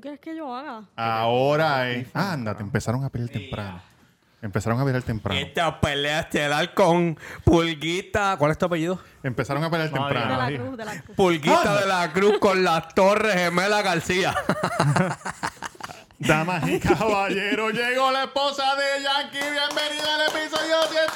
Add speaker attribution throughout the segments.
Speaker 1: quieres que yo haga?
Speaker 2: Ahora es. Ah, anda, te empezaron a pelear temprano. Empezaron a pelear temprano.
Speaker 3: Esta pelea estelar con Pulguita. ¿Cuál es tu apellido? Ah.
Speaker 2: Empezaron a pelear
Speaker 1: De
Speaker 2: temprano.
Speaker 1: la
Speaker 4: diga.
Speaker 1: cruz, de la cruz.
Speaker 3: Pulguita de la Cruz con las Torres Gemela García.
Speaker 2: Damas y caballeros, llegó la esposa de Yankee. Bienvenida al episodio 100.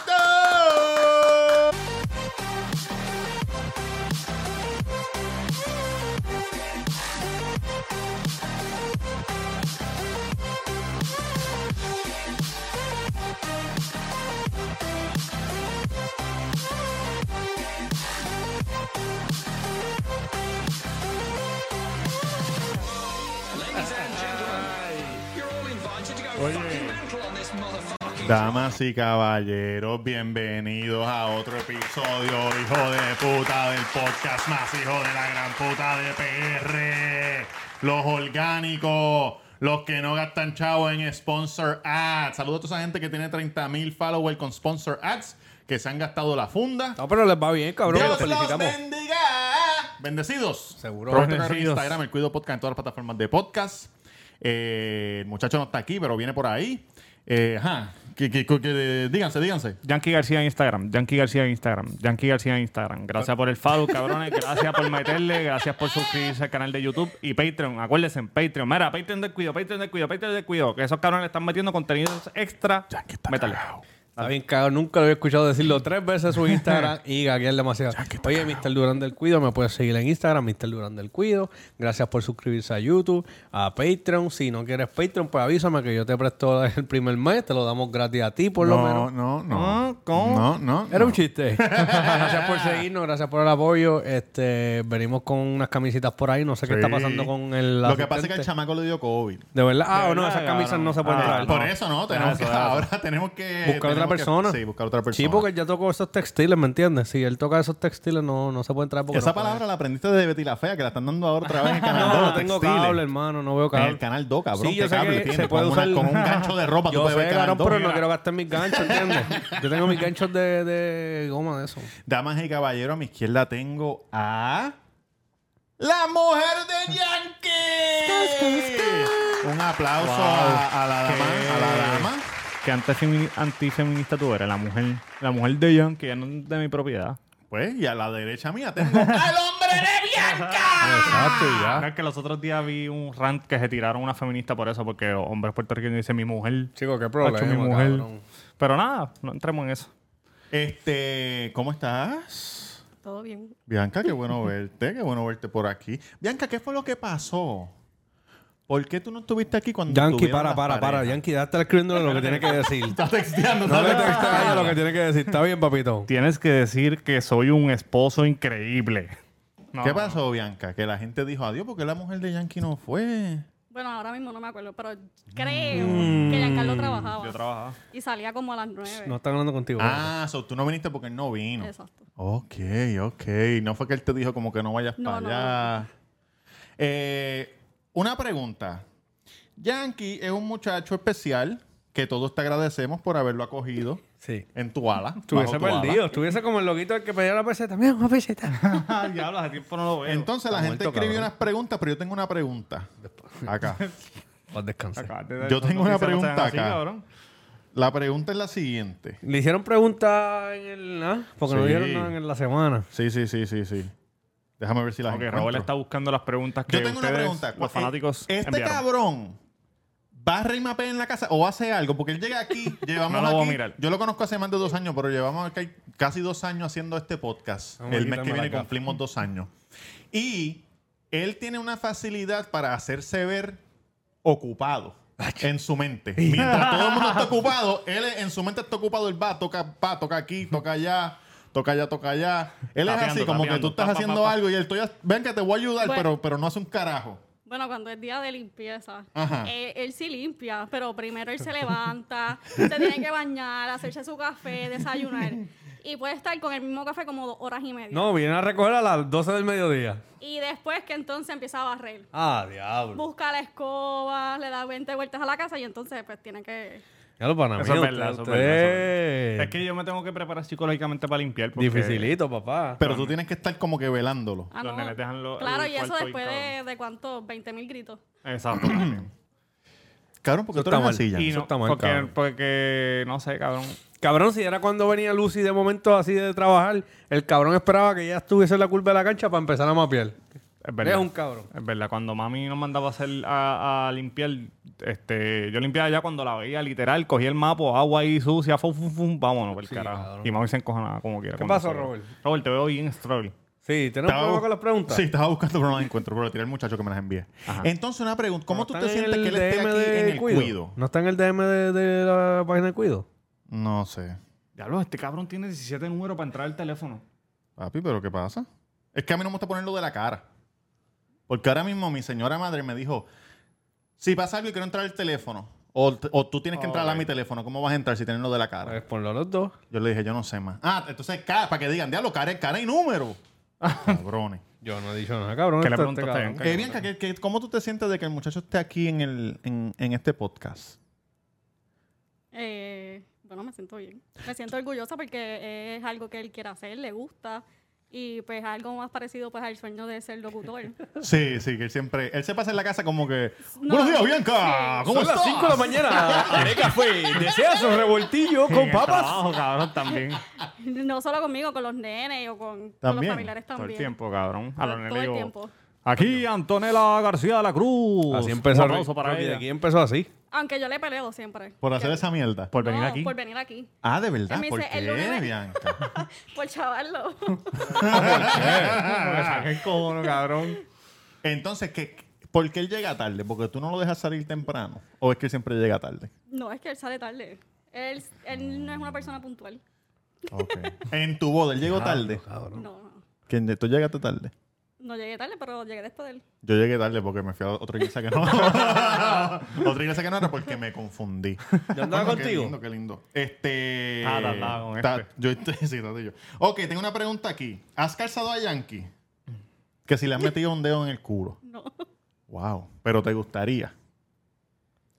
Speaker 2: Damas y caballeros, bienvenidos a otro episodio, hijo de puta, del podcast más hijo de la gran puta de PR. Los orgánicos, los que no gastan chavo en sponsor ads. Saludos a toda esa gente que tiene 30 mil followers con sponsor ads, que se han gastado la funda.
Speaker 3: No, pero les va bien, cabrón. Los
Speaker 2: Dios los
Speaker 3: felicitamos.
Speaker 2: bendiga. Bendecidos.
Speaker 3: Seguro.
Speaker 2: Pronto en
Speaker 4: Bendecidos.
Speaker 2: Instagram, el Cuido Podcast en todas las plataformas de podcast. Eh, el muchacho no está aquí, pero viene por ahí. Eh, ajá. Que, que- que- que- díganse, díganse.
Speaker 4: Yankee García en Instagram, Yankee García en Instagram, Yankee García en Instagram. Gracias por el follow, cabrones. Gracias por meterle, gracias por suscribirse al canal de YouTube y Patreon. Acuérdense, Patreon. Mira, Patreon del cuido, Patreon del cuido, Patreon del cuido. Que esos cabrones le están metiendo contenidos extra.
Speaker 2: Yankee está
Speaker 4: Métale.
Speaker 2: cagao.
Speaker 3: Está bien cagado. Nunca lo había escuchado decirlo tres veces en su Instagram y gaguear demasiado. Oye, Mr. Durán del Cuido, me puedes seguir en Instagram, Mr. Durán del Cuido. Gracias por suscribirse a YouTube, a Patreon. Si no quieres Patreon, pues avísame que yo te presto el primer mes. Te lo damos gratis a ti, por lo
Speaker 2: No,
Speaker 3: menos.
Speaker 2: no,
Speaker 4: Ah,
Speaker 2: no.
Speaker 4: ¿cómo?
Speaker 2: No, no.
Speaker 3: Era un chiste. gracias por seguirnos, gracias por el apoyo. Este, venimos con unas camisitas por ahí. No sé qué está pasando con el.
Speaker 2: Lo que pasa es que el
Speaker 3: asistente.
Speaker 2: chamaco le dio COVID. Eh,
Speaker 3: De verdad. Ah,
Speaker 4: De
Speaker 3: o no,
Speaker 4: verdad,
Speaker 3: esas camisas
Speaker 4: cabrón.
Speaker 3: no se pueden
Speaker 4: Ah,
Speaker 3: traer.
Speaker 2: Por
Speaker 4: no.
Speaker 2: eso, ¿no? Tenemos
Speaker 4: Eso,
Speaker 2: que,
Speaker 4: eso.
Speaker 2: Ahora tenemos que...
Speaker 3: Buscar
Speaker 2: tenemos que-
Speaker 3: otra persona.
Speaker 2: sí, buscar otra persona.
Speaker 3: Sí, porque él ya tocó esos textiles, ¿me entiendes? Si él toca esos textiles, no, no se pueden traer porque
Speaker 2: Esa
Speaker 3: no puede.
Speaker 2: palabra la aprendiste de Betty la Fea, que la están dando ahora otra vez en Canal 2.
Speaker 3: No, no tengo
Speaker 2: textiles.
Speaker 3: cable, hermano, no veo
Speaker 2: En
Speaker 3: cable.
Speaker 2: el Canal 2, cabrón.
Speaker 3: Sí, yo
Speaker 2: ¿qué
Speaker 3: sé
Speaker 2: cable
Speaker 3: que
Speaker 2: tiene?
Speaker 3: se puede
Speaker 2: Con una-
Speaker 3: usar-
Speaker 2: con un gancho de ropa tú
Speaker 3: Yo
Speaker 2: puedes ver
Speaker 3: sé,
Speaker 2: Canal
Speaker 3: cabrón,
Speaker 2: 2.
Speaker 3: pero no
Speaker 2: Mira.
Speaker 3: quiero gastar mis ganchos, ¿entiendes? Yo tengo mis ganchos de, de goma de eso.
Speaker 2: Damas y caballeros, a mi izquierda tengo a. ¡La mujer de Yankee! Un aplauso
Speaker 4: Wow.
Speaker 2: a, a la dama.
Speaker 4: Qué-
Speaker 2: A la dama.
Speaker 4: Que antes femi- antifeminista tú eras, la mujer, la mujer de Yankee, ya no de mi propiedad.
Speaker 2: Pues, y a la derecha mía tengo al hombre de Bianca.
Speaker 3: Exacto, y
Speaker 4: Ah. Es que los otros días vi un rant que se tiraron una feminista por eso, porque los hombres puertorriqueños dicen mi mujer.
Speaker 3: Chico, qué
Speaker 4: macho,
Speaker 3: problema,
Speaker 4: mi mujer.
Speaker 3: cabrón.
Speaker 4: Pero nada, no entremos en eso.
Speaker 2: Este, ¿cómo estás?
Speaker 1: Todo bien.
Speaker 2: Bianca, qué bueno verte, qué bueno verte por aquí. Bianca, ¿qué fue lo que pasó? ¿Por qué tú no estuviste aquí cuando
Speaker 3: Yankee,
Speaker 2: estuvieron
Speaker 3: para,
Speaker 2: las
Speaker 3: para, para.
Speaker 2: parejas?
Speaker 3: Yankee, ya está escribiéndole lo que tiene que decir.
Speaker 2: Está texteando,
Speaker 3: No
Speaker 2: está
Speaker 3: le
Speaker 2: texteando.
Speaker 3: textes lo que tiene que decir. Está bien, papito.
Speaker 4: Tienes que decir que soy un esposo increíble. No,
Speaker 2: ¿Qué
Speaker 4: no,
Speaker 2: pasó, Bianca? Que la gente dijo adiós porque la mujer de Yankee no fue.
Speaker 1: Bueno, ahora mismo no me acuerdo, pero creo que Giancarlo trabajaba.
Speaker 4: Mm. Yo trabajaba.
Speaker 1: Y salía como a las nueve.
Speaker 3: No están hablando contigo.
Speaker 2: Ah, so tú no viniste porque él no vino.
Speaker 1: Exacto.
Speaker 2: Ok, ok. No fue que él te dijo como que no vayas
Speaker 1: No,
Speaker 2: para
Speaker 1: no,
Speaker 2: allá. Eh, una pregunta. Yankee es un muchacho especial que todos te agradecemos por haberlo acogido
Speaker 3: Sí.
Speaker 2: en tu ala.
Speaker 3: Estuviese
Speaker 2: bajo tu ala.
Speaker 3: perdido. Estuviese como el loquito del que pedía la peseta. Mira, una peseta.
Speaker 4: Diablo, hace tiempo no lo veo.
Speaker 2: Entonces la
Speaker 3: Está
Speaker 2: gente
Speaker 3: muerto,
Speaker 2: escribió
Speaker 3: cabrón.
Speaker 2: unas preguntas, pero yo tengo una pregunta. Acá.
Speaker 3: Para descansar.
Speaker 4: Acá, te-
Speaker 2: Yo tengo una
Speaker 4: se lo hacen
Speaker 2: pregunta
Speaker 4: así,
Speaker 2: acá.
Speaker 4: cabrón.
Speaker 2: La pregunta es la siguiente.
Speaker 3: Le hicieron preguntas en el... ¿ah? Porque no
Speaker 2: Sí.
Speaker 3: dijeron nada en la semana.
Speaker 2: Sí, sí, sí, sí, sí. Déjame ver si las
Speaker 4: Ok,
Speaker 2: encuentro.
Speaker 4: Raúl está buscando las preguntas que
Speaker 2: Yo tengo una
Speaker 4: ustedes,
Speaker 2: pregunta.
Speaker 4: los fanáticos
Speaker 2: Este
Speaker 4: enviaron.
Speaker 2: cabrón va a remapear en la casa o hace algo, porque él llega aquí, llevamos
Speaker 4: No lo voy a
Speaker 2: aquí-
Speaker 4: mirar.
Speaker 2: Yo lo conozco hace más de dos años, pero llevamos aquí casi dos años haciendo este podcast.
Speaker 3: Vamos a
Speaker 2: el mes que
Speaker 3: quitarme
Speaker 2: viene
Speaker 3: la gafa.
Speaker 2: cumplimos dos años. Y él tiene una facilidad para hacerse ver ocupado. En su mente. Mientras todo el mundo está ocupado, él en su mente está ocupado. Él va, toca, va, toca aquí, toca allá, toca allá, toca allá. Él es
Speaker 4: Tapeando,
Speaker 2: así, como que
Speaker 4: tapeando.
Speaker 2: tú estás
Speaker 4: Pa, pa, pa,
Speaker 2: haciendo
Speaker 4: pa.
Speaker 2: algo y él, estoy, ven que te voy a ayudar,
Speaker 1: Bueno.
Speaker 2: pero, pero no hace un carajo.
Speaker 1: Bueno, cuando es día de limpieza,
Speaker 2: Ajá.
Speaker 1: él, él sí limpia, pero primero él se levanta, se tiene que bañar, hacerse su café, desayunar. Y puede estar con el mismo café como dos horas y media.
Speaker 3: No, vienen a recoger a las 12 del mediodía.
Speaker 1: Y después que entonces empieza a barrer.
Speaker 3: Ah, diablo.
Speaker 1: Busca la escoba, le da 20 vueltas a la casa y entonces pues tiene que...
Speaker 3: Ya lo para mí.
Speaker 4: Eso es
Speaker 3: usted-
Speaker 4: verdad, eso es
Speaker 3: usted-
Speaker 4: verdad. Es que yo me tengo que preparar psicológicamente para limpiar. porque
Speaker 3: Dificilito, papá.
Speaker 2: Pero tú tienes que estar como que velándolo.
Speaker 1: Ah,
Speaker 4: Los
Speaker 1: no.
Speaker 4: nenes dejan lo-
Speaker 1: Claro,
Speaker 4: el
Speaker 1: y eso
Speaker 4: cuarto
Speaker 1: después
Speaker 4: bien
Speaker 1: de, de cuántos, 20 mil gritos.
Speaker 4: Exacto. también.
Speaker 2: Cabrón, porque
Speaker 3: Eso
Speaker 2: tú eres
Speaker 3: está
Speaker 2: una
Speaker 3: mal.
Speaker 2: silla.
Speaker 4: y
Speaker 3: eso
Speaker 4: no,
Speaker 3: está mal,
Speaker 4: porque,
Speaker 3: cabrón.
Speaker 4: porque, no sé, cabrón.
Speaker 3: Cabrón, si era cuando venía Lucy de momento así de trabajar, el cabrón esperaba que ya estuviese en la curva de la cancha para empezar a mapear.
Speaker 4: Es verdad.
Speaker 3: Eres un cabrón.
Speaker 4: Es verdad, cuando mami nos mandaba a hacer a, a limpiar, este, yo limpiaba ya cuando la veía, literal, cogía el mapa, agua ahí sucia, fum, fum, fum, vámonos, por el
Speaker 3: Sí,
Speaker 4: carajo.
Speaker 3: cabrón.
Speaker 4: Y mami se encojonaba como quiera.
Speaker 3: ¿Qué
Speaker 4: cuando
Speaker 3: pasó,
Speaker 4: se-
Speaker 3: Robert?
Speaker 4: Robert, te veo bien stroll.
Speaker 3: Sí, tenemos
Speaker 2: Estaba
Speaker 3: problema
Speaker 2: bu-
Speaker 3: con las preguntas.
Speaker 2: Sí, estaba buscando, pero no la encuentro. Pero tiré al muchacho que me las envíe. Entonces, una pregunta. ¿Cómo
Speaker 3: ¿No
Speaker 2: tú
Speaker 3: está
Speaker 2: te
Speaker 3: en
Speaker 2: sientes
Speaker 3: el
Speaker 2: que él esté
Speaker 3: DM
Speaker 2: aquí
Speaker 3: de
Speaker 2: en el cuido?
Speaker 3: ¿No está en el DM de, de la página de Cuido?
Speaker 2: No sé.
Speaker 4: Diablo, este cabrón tiene 17 números para entrar al teléfono.
Speaker 2: Papi, ¿pero qué pasa? Es que a mí no me gusta ponerlo de la cara. Porque ahora mismo mi señora madre me dijo, si pasa algo y quiero entrar al teléfono, o, t- o tú tienes que entrar a mi teléfono, ¿cómo vas a entrar si tienes lo de la cara?
Speaker 3: Pues ponlo a los dos.
Speaker 2: Yo le dije, yo no sé más. Ah, entonces, cara, para que digan, diablo, cara, es cara y número. Cabrones.
Speaker 3: Yo no he dicho nada, cabrón.
Speaker 4: ¿Qué le
Speaker 3: Este-
Speaker 4: preguntaste
Speaker 3: este
Speaker 4: a Bianca?
Speaker 2: Eh, Bianca, ¿qué- qué- ¿cómo tú te sientes de que el muchacho esté aquí en, el, en, en este podcast?
Speaker 1: Eh, bueno, me siento bien. Me siento orgullosa porque es algo que él quiere hacer, le gusta. Y pues algo más parecido pues al sueño de ser locutor.
Speaker 2: Sí, sí, que él siempre. Él se pasa en la casa como que.
Speaker 1: No,
Speaker 2: ¡Buenos días, Bianca!
Speaker 1: sí.
Speaker 2: ¿Cómo
Speaker 3: Son las
Speaker 2: estás?
Speaker 3: 5 de la mañana. Haré café. Desea su revoltillo
Speaker 4: En
Speaker 3: con
Speaker 4: el
Speaker 3: papas.
Speaker 4: trabajo, cabrón, también.
Speaker 1: No solo conmigo, con los nenes o con, con los
Speaker 2: También,
Speaker 1: familiares
Speaker 4: Todo el
Speaker 1: también.
Speaker 4: tiempo, cabrón. A los
Speaker 1: Todo
Speaker 4: nenes
Speaker 1: el
Speaker 4: digo,
Speaker 1: tiempo.
Speaker 4: Aquí Antonela García de la Cruz.
Speaker 3: Así empezó.
Speaker 4: Un aplauso para
Speaker 3: Rocky de
Speaker 4: ella.
Speaker 3: aquí empezó así.
Speaker 1: Aunque yo le peleo siempre.
Speaker 2: Por hacer esa mierda.
Speaker 4: Por venir
Speaker 1: No,
Speaker 4: aquí.
Speaker 1: Por venir aquí.
Speaker 2: Ah, de verdad.
Speaker 1: Él me
Speaker 2: ¿Por
Speaker 1: dice,
Speaker 2: qué,
Speaker 1: el lunes me-
Speaker 2: Bianca?
Speaker 1: Por chavarlo.
Speaker 4: Me saqué el cojones, cabrón.
Speaker 2: Entonces, ¿qué, ¿por qué él llega tarde? ¿Porque tú no lo dejas salir temprano? ¿O es que él siempre llega tarde?
Speaker 1: No, es que él sale tarde. Él, él no es una persona puntual.
Speaker 2: en tu boda, él llegó tarde.
Speaker 1: No, no.
Speaker 2: Que en- tú llegaste tarde.
Speaker 1: No llegué tarde, pero llegué después de él.
Speaker 2: Yo llegué tarde porque me fui a otra iglesia que no. otra iglesia que no era porque me confundí.
Speaker 3: ¿Yo andaba
Speaker 2: Bueno,
Speaker 3: contigo?
Speaker 2: Qué lindo, qué lindo. Este.
Speaker 4: Ah, la- la- con
Speaker 2: ta-
Speaker 4: este.
Speaker 2: yo estoy- sí, tate yo. Ok, tengo una pregunta aquí. ¿Has calzado a Yankee? Que si le has metido un dedo en el culo.
Speaker 1: No.
Speaker 2: Wow. Pero te gustaría.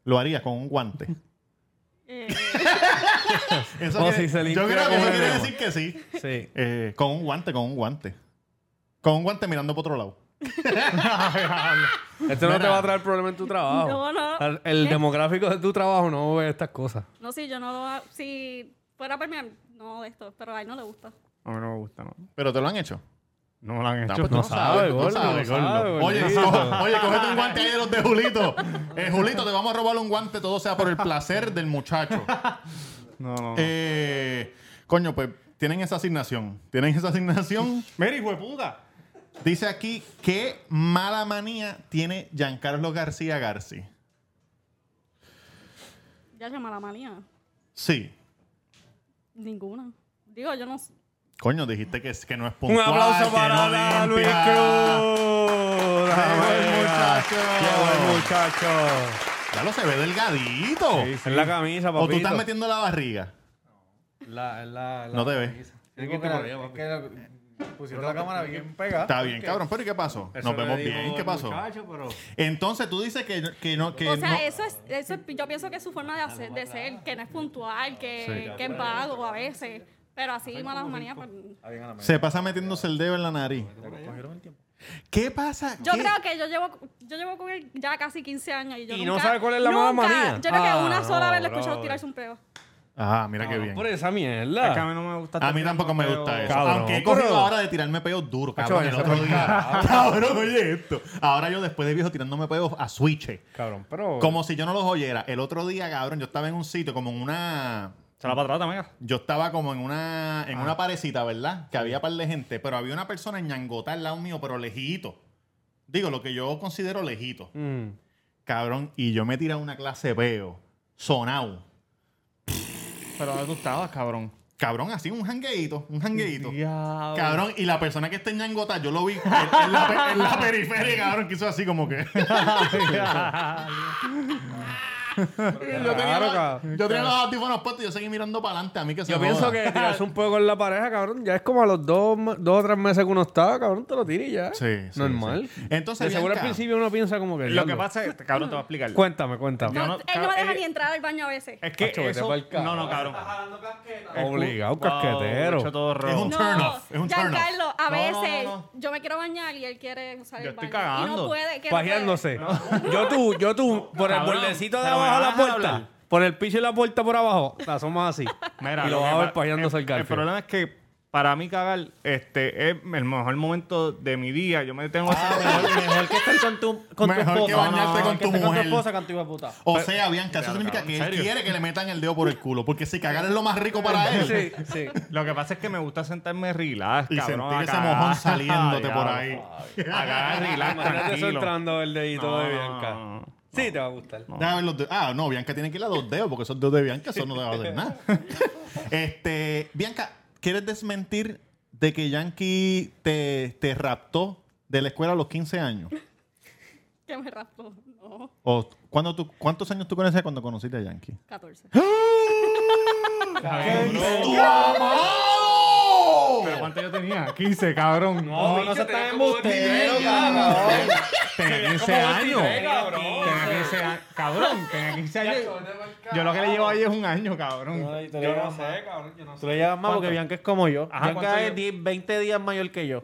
Speaker 2: Lo harías con un guante.
Speaker 1: Eh,
Speaker 2: Eso
Speaker 3: O
Speaker 2: quiere-
Speaker 3: si se limpia
Speaker 2: yo creo que
Speaker 3: con
Speaker 2: eso
Speaker 3: el
Speaker 2: quiere
Speaker 3: dedo.
Speaker 2: decir que sí.
Speaker 3: Sí.
Speaker 2: Eh, con un guante, con un guante. Con un guante mirando para otro lado.
Speaker 3: Esto no
Speaker 2: Mira.
Speaker 3: te va a traer problema en tu trabajo.
Speaker 1: No, no.
Speaker 3: Al- El
Speaker 1: ¿Qué?
Speaker 3: demográfico de tu trabajo no ve estas cosas.
Speaker 1: no, sí, yo no lo... ha- Si fuera por mí, no de esto. Pero a él no le gusta.
Speaker 4: A mí no me gusta, no.
Speaker 2: Pero te lo han hecho.
Speaker 4: No me lo han
Speaker 2: Ah,
Speaker 4: hecho.
Speaker 2: pues tú
Speaker 3: no
Speaker 2: no sabes,
Speaker 3: sabe,
Speaker 2: tú no
Speaker 3: gordo,
Speaker 2: sabes,
Speaker 3: no sabe,
Speaker 2: gordo. Oye,
Speaker 3: gordito.
Speaker 2: coge- oye, cógete un guante ahí de los de Julito. Eh, Julito, te vamos a robar un guante, todo sea por el placer del muchacho.
Speaker 4: No, no.
Speaker 2: Eh, coño, pues tienen esa asignación. Tienen esa asignación.
Speaker 4: Mira, hijo de puta.
Speaker 2: Dice aquí, ¿qué mala manía tiene Giancarlo García Garci?
Speaker 1: Ya llama la manía.
Speaker 2: Sí.
Speaker 1: Ninguna. Digo, yo no... s-
Speaker 2: Coño, dijiste que, es- que no es
Speaker 3: Un
Speaker 2: puntual.
Speaker 3: aplauso
Speaker 2: que no
Speaker 3: para Luis
Speaker 2: limpia.
Speaker 3: Cruz.
Speaker 2: Llegó el muchacho.
Speaker 3: Llegó el muchacho.
Speaker 2: Ya lo se ve delgadito.
Speaker 3: Es la camisa, papito.
Speaker 2: o tú estás metiendo la barriga.
Speaker 3: La, la, la
Speaker 2: No te ves.
Speaker 3: camisa. Es que la- es que la- pusieron la cámara bien pegada.
Speaker 2: Está bien, cabrón. Pero ¿y qué pasó?
Speaker 3: Eso
Speaker 2: Nos
Speaker 3: le
Speaker 2: vemos
Speaker 3: dijo
Speaker 2: bien. ¿Qué
Speaker 3: el
Speaker 2: pasó?
Speaker 3: muchacho, pero-
Speaker 2: Entonces tú dices que, que no. Que
Speaker 1: o sea,
Speaker 2: no-
Speaker 1: eso, es, eso es- Yo pienso que es su forma de, hacer, de ser, que no es puntual, que, que es vago a veces. Pero así, malas manías, pues...
Speaker 2: Se pasa metiéndose el dedo en la nariz. ¿Qué pasa?
Speaker 1: Yo
Speaker 2: ¿Qué?
Speaker 1: creo que yo llevo, yo llevo con él ya casi 15 años y yo
Speaker 3: ¿Y
Speaker 1: nunca...
Speaker 3: no sabe cuál es la mala
Speaker 1: nunca-
Speaker 3: manía?
Speaker 1: Yo creo que
Speaker 3: Ah,
Speaker 1: una sola
Speaker 3: no,
Speaker 1: vez lo he escuchado
Speaker 3: brother.
Speaker 1: tirarse un peo.
Speaker 2: Ah, mira qué
Speaker 3: No,
Speaker 2: bien.
Speaker 3: Por esa
Speaker 4: Es que a
Speaker 3: mierda.
Speaker 4: mí no me gusta.
Speaker 2: A mí
Speaker 4: tanto,
Speaker 2: tampoco me
Speaker 4: pero-
Speaker 2: gusta eso.
Speaker 3: Cabrón,
Speaker 2: Aunque he cogido
Speaker 3: pero-
Speaker 2: ahora de tirarme peos duro, cabrón, el
Speaker 3: eso
Speaker 2: otro
Speaker 3: fue-
Speaker 2: día. Cabrón, oye esto. Ahora yo después de viejo tirándome peos a switch.
Speaker 3: Cabrón, pero.
Speaker 2: Como si yo no los oyera. El otro día, cabrón, yo estaba en un sitio como en una...
Speaker 4: Se la patrata, amiga.
Speaker 2: Yo estaba como en una en
Speaker 3: Ah.
Speaker 2: una parecita, ¿verdad? Que había par de gente, pero había una persona en ñangota al lado mío, pero lejito. Digo, lo que yo considero lejito.
Speaker 3: Mm.
Speaker 2: Cabrón, y yo me tiré una clase de peo, sonado.
Speaker 4: Pero ¿dónde tú estabas, cabrón?
Speaker 2: Cabrón, así un jangueíto, un jangueíto.
Speaker 4: Diablo.
Speaker 2: Cabrón, y la persona que está en ñangota, yo lo vi en, en la, pe- en la periferia, cabrón, que hizo así como que. yo, tenía
Speaker 3: Claro,
Speaker 2: los-
Speaker 3: cabrón.
Speaker 2: yo tenía los audífonos puestos y yo seguí mirando para adelante. A mí que se
Speaker 3: Yo pienso
Speaker 2: joda.
Speaker 3: que tirarse un poco en la pareja, cabrón, ya es como a los dos, ma- dos o tres meses que uno está, cabrón, te lo tiras y ya.
Speaker 2: Sí, sí,
Speaker 3: Normal.
Speaker 2: sí. Entonces,
Speaker 3: De seguro al
Speaker 2: Bianca-
Speaker 3: principio uno piensa como que.
Speaker 4: Lo que
Speaker 3: "Diablo".
Speaker 4: pasa es, cabrón, te voy a explicar.
Speaker 3: Cuéntame, cuéntame.
Speaker 4: Yo
Speaker 1: No,
Speaker 4: no-
Speaker 1: él no me deja
Speaker 4: eh,
Speaker 1: ni entrar al baño a veces.
Speaker 4: Es que
Speaker 3: Hacho, vete
Speaker 4: eso...
Speaker 3: pa'l carajo.
Speaker 4: No, no, cabrón.
Speaker 3: Obligado,
Speaker 4: Wow,
Speaker 3: casquetero.
Speaker 4: mucho torro.
Speaker 2: Es un
Speaker 1: No,
Speaker 2: turn off, es un turn off.
Speaker 1: Giancarlo, a
Speaker 4: No, no, no,
Speaker 1: veces
Speaker 4: no.
Speaker 1: yo me quiero bañar y él quiere usar
Speaker 4: Yo
Speaker 1: el baño.
Speaker 4: estoy
Speaker 1: Y
Speaker 4: cagando.
Speaker 1: no puede. que no puede.
Speaker 3: Pajeándose. Yo tú, yo tú, por el
Speaker 4: Cabrón,
Speaker 3: bordecito de
Speaker 4: pero me
Speaker 3: abajo de
Speaker 4: vas
Speaker 3: la
Speaker 4: a
Speaker 3: puerta.
Speaker 4: hablar.
Speaker 3: Por el piso de la puerta por abajo. La asomas así.
Speaker 4: Mira,
Speaker 3: y lo
Speaker 4: que
Speaker 3: vas a ver
Speaker 4: pa-
Speaker 3: pajeándose
Speaker 4: el,
Speaker 3: al
Speaker 4: el problema es que para mí cagar este, es el mejor momento de mi día. Yo me tengo
Speaker 2: Ah.
Speaker 4: esa...
Speaker 5: Mejor, mejor que estar con tu, con tu
Speaker 2: Mejor
Speaker 5: esposa.
Speaker 2: que bañarte con
Speaker 5: que
Speaker 2: tu
Speaker 5: estar con
Speaker 2: mujer.
Speaker 5: tu esposa, con tu hijo de puta.
Speaker 2: O sea, Bianca, eso significa
Speaker 4: cabrón,
Speaker 2: que
Speaker 4: ¿en
Speaker 2: él
Speaker 4: serio?
Speaker 2: quiere que le metan el dedo por el culo. Porque si cagar es lo más rico para él.
Speaker 3: Sí, sí.
Speaker 4: Lo que pasa es que me gusta sentarme relax,
Speaker 2: Y
Speaker 4: cabrón.
Speaker 2: sentir
Speaker 4: a
Speaker 2: ese
Speaker 4: cagar.
Speaker 2: mojón saliéndote por
Speaker 4: Ya,
Speaker 2: ahí.
Speaker 4: A cagar relax,
Speaker 3: Imagínate eso
Speaker 4: tranquilo.
Speaker 3: entrando el dedito
Speaker 4: No,
Speaker 3: de
Speaker 4: no,
Speaker 3: Bianca.
Speaker 4: no, no.
Speaker 3: Sí, te va a gustar.
Speaker 2: Déjame ver los dedos. Ah, no, Bianca tiene que ir a los dedos, porque esos dedos de Bianca, eso no te va a hacer nada. este, Bianca, ¿quieres desmentir de que Yankee te, te raptó de la escuela a los 15 años?
Speaker 1: Que me raspó. No,
Speaker 2: ¿O cuándo tú, ¿Cuántos años tú conocías cuando conociste a Yankee?
Speaker 1: 14.
Speaker 2: ¡Tu amado!
Speaker 4: ¿Pero cuánto yo tenía? 15, cabrón.
Speaker 3: No, no se
Speaker 5: Tenía
Speaker 3: está
Speaker 5: como
Speaker 3: embustero,
Speaker 5: 23,
Speaker 3: cabrón.
Speaker 4: Tenía 15 años. Tenía 15 años. Cabrón, tenía 15 años. Yo lo que le llevo ahí es un año, cabrón.
Speaker 5: Ay, tú le llevas más. Tú le llevas más porque Bianca es como yo.
Speaker 4: Ajá, ¿cuánto
Speaker 5: Bianca es
Speaker 4: llevo?
Speaker 5: 10, 20 días mayor que yo.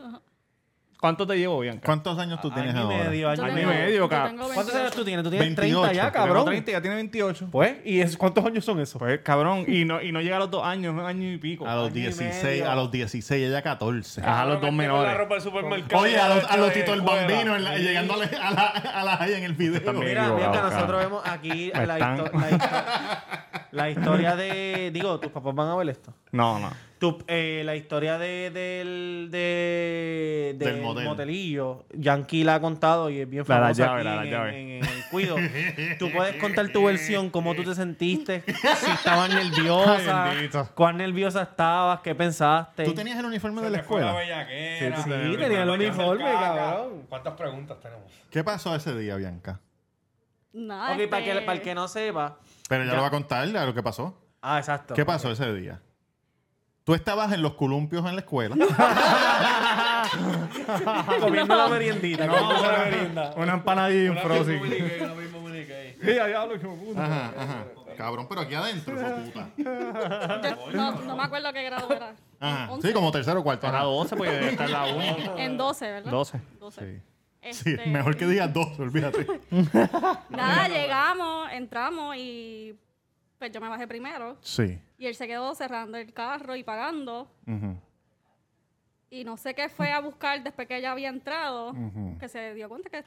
Speaker 4: ¿Cuánto te llevo, Bianca?
Speaker 2: ¿Cuántos años tú tienes
Speaker 5: Año y
Speaker 2: ahora?
Speaker 5: medio, año y
Speaker 4: Año y
Speaker 5: medio.
Speaker 4: medio, cabrón.
Speaker 5: ¿Cuántos años tú tienes? Tú tienes 30
Speaker 2: 28,
Speaker 5: ya,
Speaker 4: Tengo
Speaker 5: cabrón.
Speaker 4: 30, ya tiene 28.
Speaker 5: Pues, ¿y es, cuántos años son esos?
Speaker 4: Pues, cabrón, y no, y no llega a los dos años, un año y pico.
Speaker 2: A los
Speaker 5: Año y
Speaker 2: 16,
Speaker 5: medio.
Speaker 2: a los 16, ella 14.
Speaker 4: Ajá, los dos
Speaker 3: La
Speaker 4: menores.
Speaker 3: ropa del supermercado.
Speaker 2: Oye, a los, a los
Speaker 3: de
Speaker 2: Tito el
Speaker 3: escuela.
Speaker 2: Bambino en la- llegando a la, a la, a la high en el video.
Speaker 4: También.
Speaker 5: Mira,
Speaker 4: Digo,
Speaker 5: mira que
Speaker 4: ah,
Speaker 5: nosotros
Speaker 4: cabrón.
Speaker 5: vemos aquí
Speaker 4: Me
Speaker 5: la,
Speaker 4: están-
Speaker 5: histo- la histo- la historia de. Digo, tus papás van a ver esto.
Speaker 4: No, no.
Speaker 5: Tu- eh, la historia de, del, de-
Speaker 2: Del
Speaker 5: del
Speaker 2: motel.
Speaker 5: motelillo, Yankee la ha contado y es bien
Speaker 4: La de la
Speaker 5: famosa
Speaker 4: llave,
Speaker 5: aquí
Speaker 4: la de la
Speaker 5: en,
Speaker 4: llave.
Speaker 5: en- en el cuido. tú puedes contar tu versión, cómo tú te sentiste, si estabas nerviosa,
Speaker 4: Ay, bendito.
Speaker 5: cuán nerviosa estabas, qué pensaste.
Speaker 2: ¿Tú tenías el uniforme de la
Speaker 3: Escuela
Speaker 2: escuela?
Speaker 3: bellaquera.
Speaker 5: Sí, sí, tenía el
Speaker 3: Escuela
Speaker 5: uniforme,
Speaker 3: bellaquera.
Speaker 5: cabrón.
Speaker 3: ¿Cuántas preguntas tenemos?
Speaker 2: ¿Qué pasó ese día, Bianca?
Speaker 1: Nada.
Speaker 5: Ok, para,
Speaker 1: este,
Speaker 5: que, para el que no sepa.
Speaker 2: Pero ya,
Speaker 5: Ya.
Speaker 2: lo va a contar a lo que pasó.
Speaker 5: Ah, exacto.
Speaker 2: ¿Qué pasó ese día? Tú estabas en los columpios en la escuela.
Speaker 5: Comiendo la meriendita. comiendo la merienda.
Speaker 4: Una empanadilla y un frozen.
Speaker 2: Ajá, ajá. Cabrón, pero aquí adentro, hijo de puta.
Speaker 1: yo- no, no me acuerdo qué grado era.
Speaker 4: Ah.
Speaker 2: Ajá.
Speaker 1: Once.
Speaker 2: Sí, como tercero o cuarto.
Speaker 4: Para
Speaker 2: ajá.
Speaker 4: 12, pues debe estar la 1.
Speaker 1: En 12, ¿verdad?
Speaker 4: 12.
Speaker 1: 12.
Speaker 2: Sí. Sí,
Speaker 1: Este,
Speaker 2: mejor que digas dos, olvídate.
Speaker 1: Nada, llegamos, entramos y pues yo me bajé primero.
Speaker 2: Sí.
Speaker 1: Y él se quedó cerrando el carro y pagando.
Speaker 2: Ujú.
Speaker 1: Y no sé qué fue a buscar después que ella había entrado, que se dio cuenta que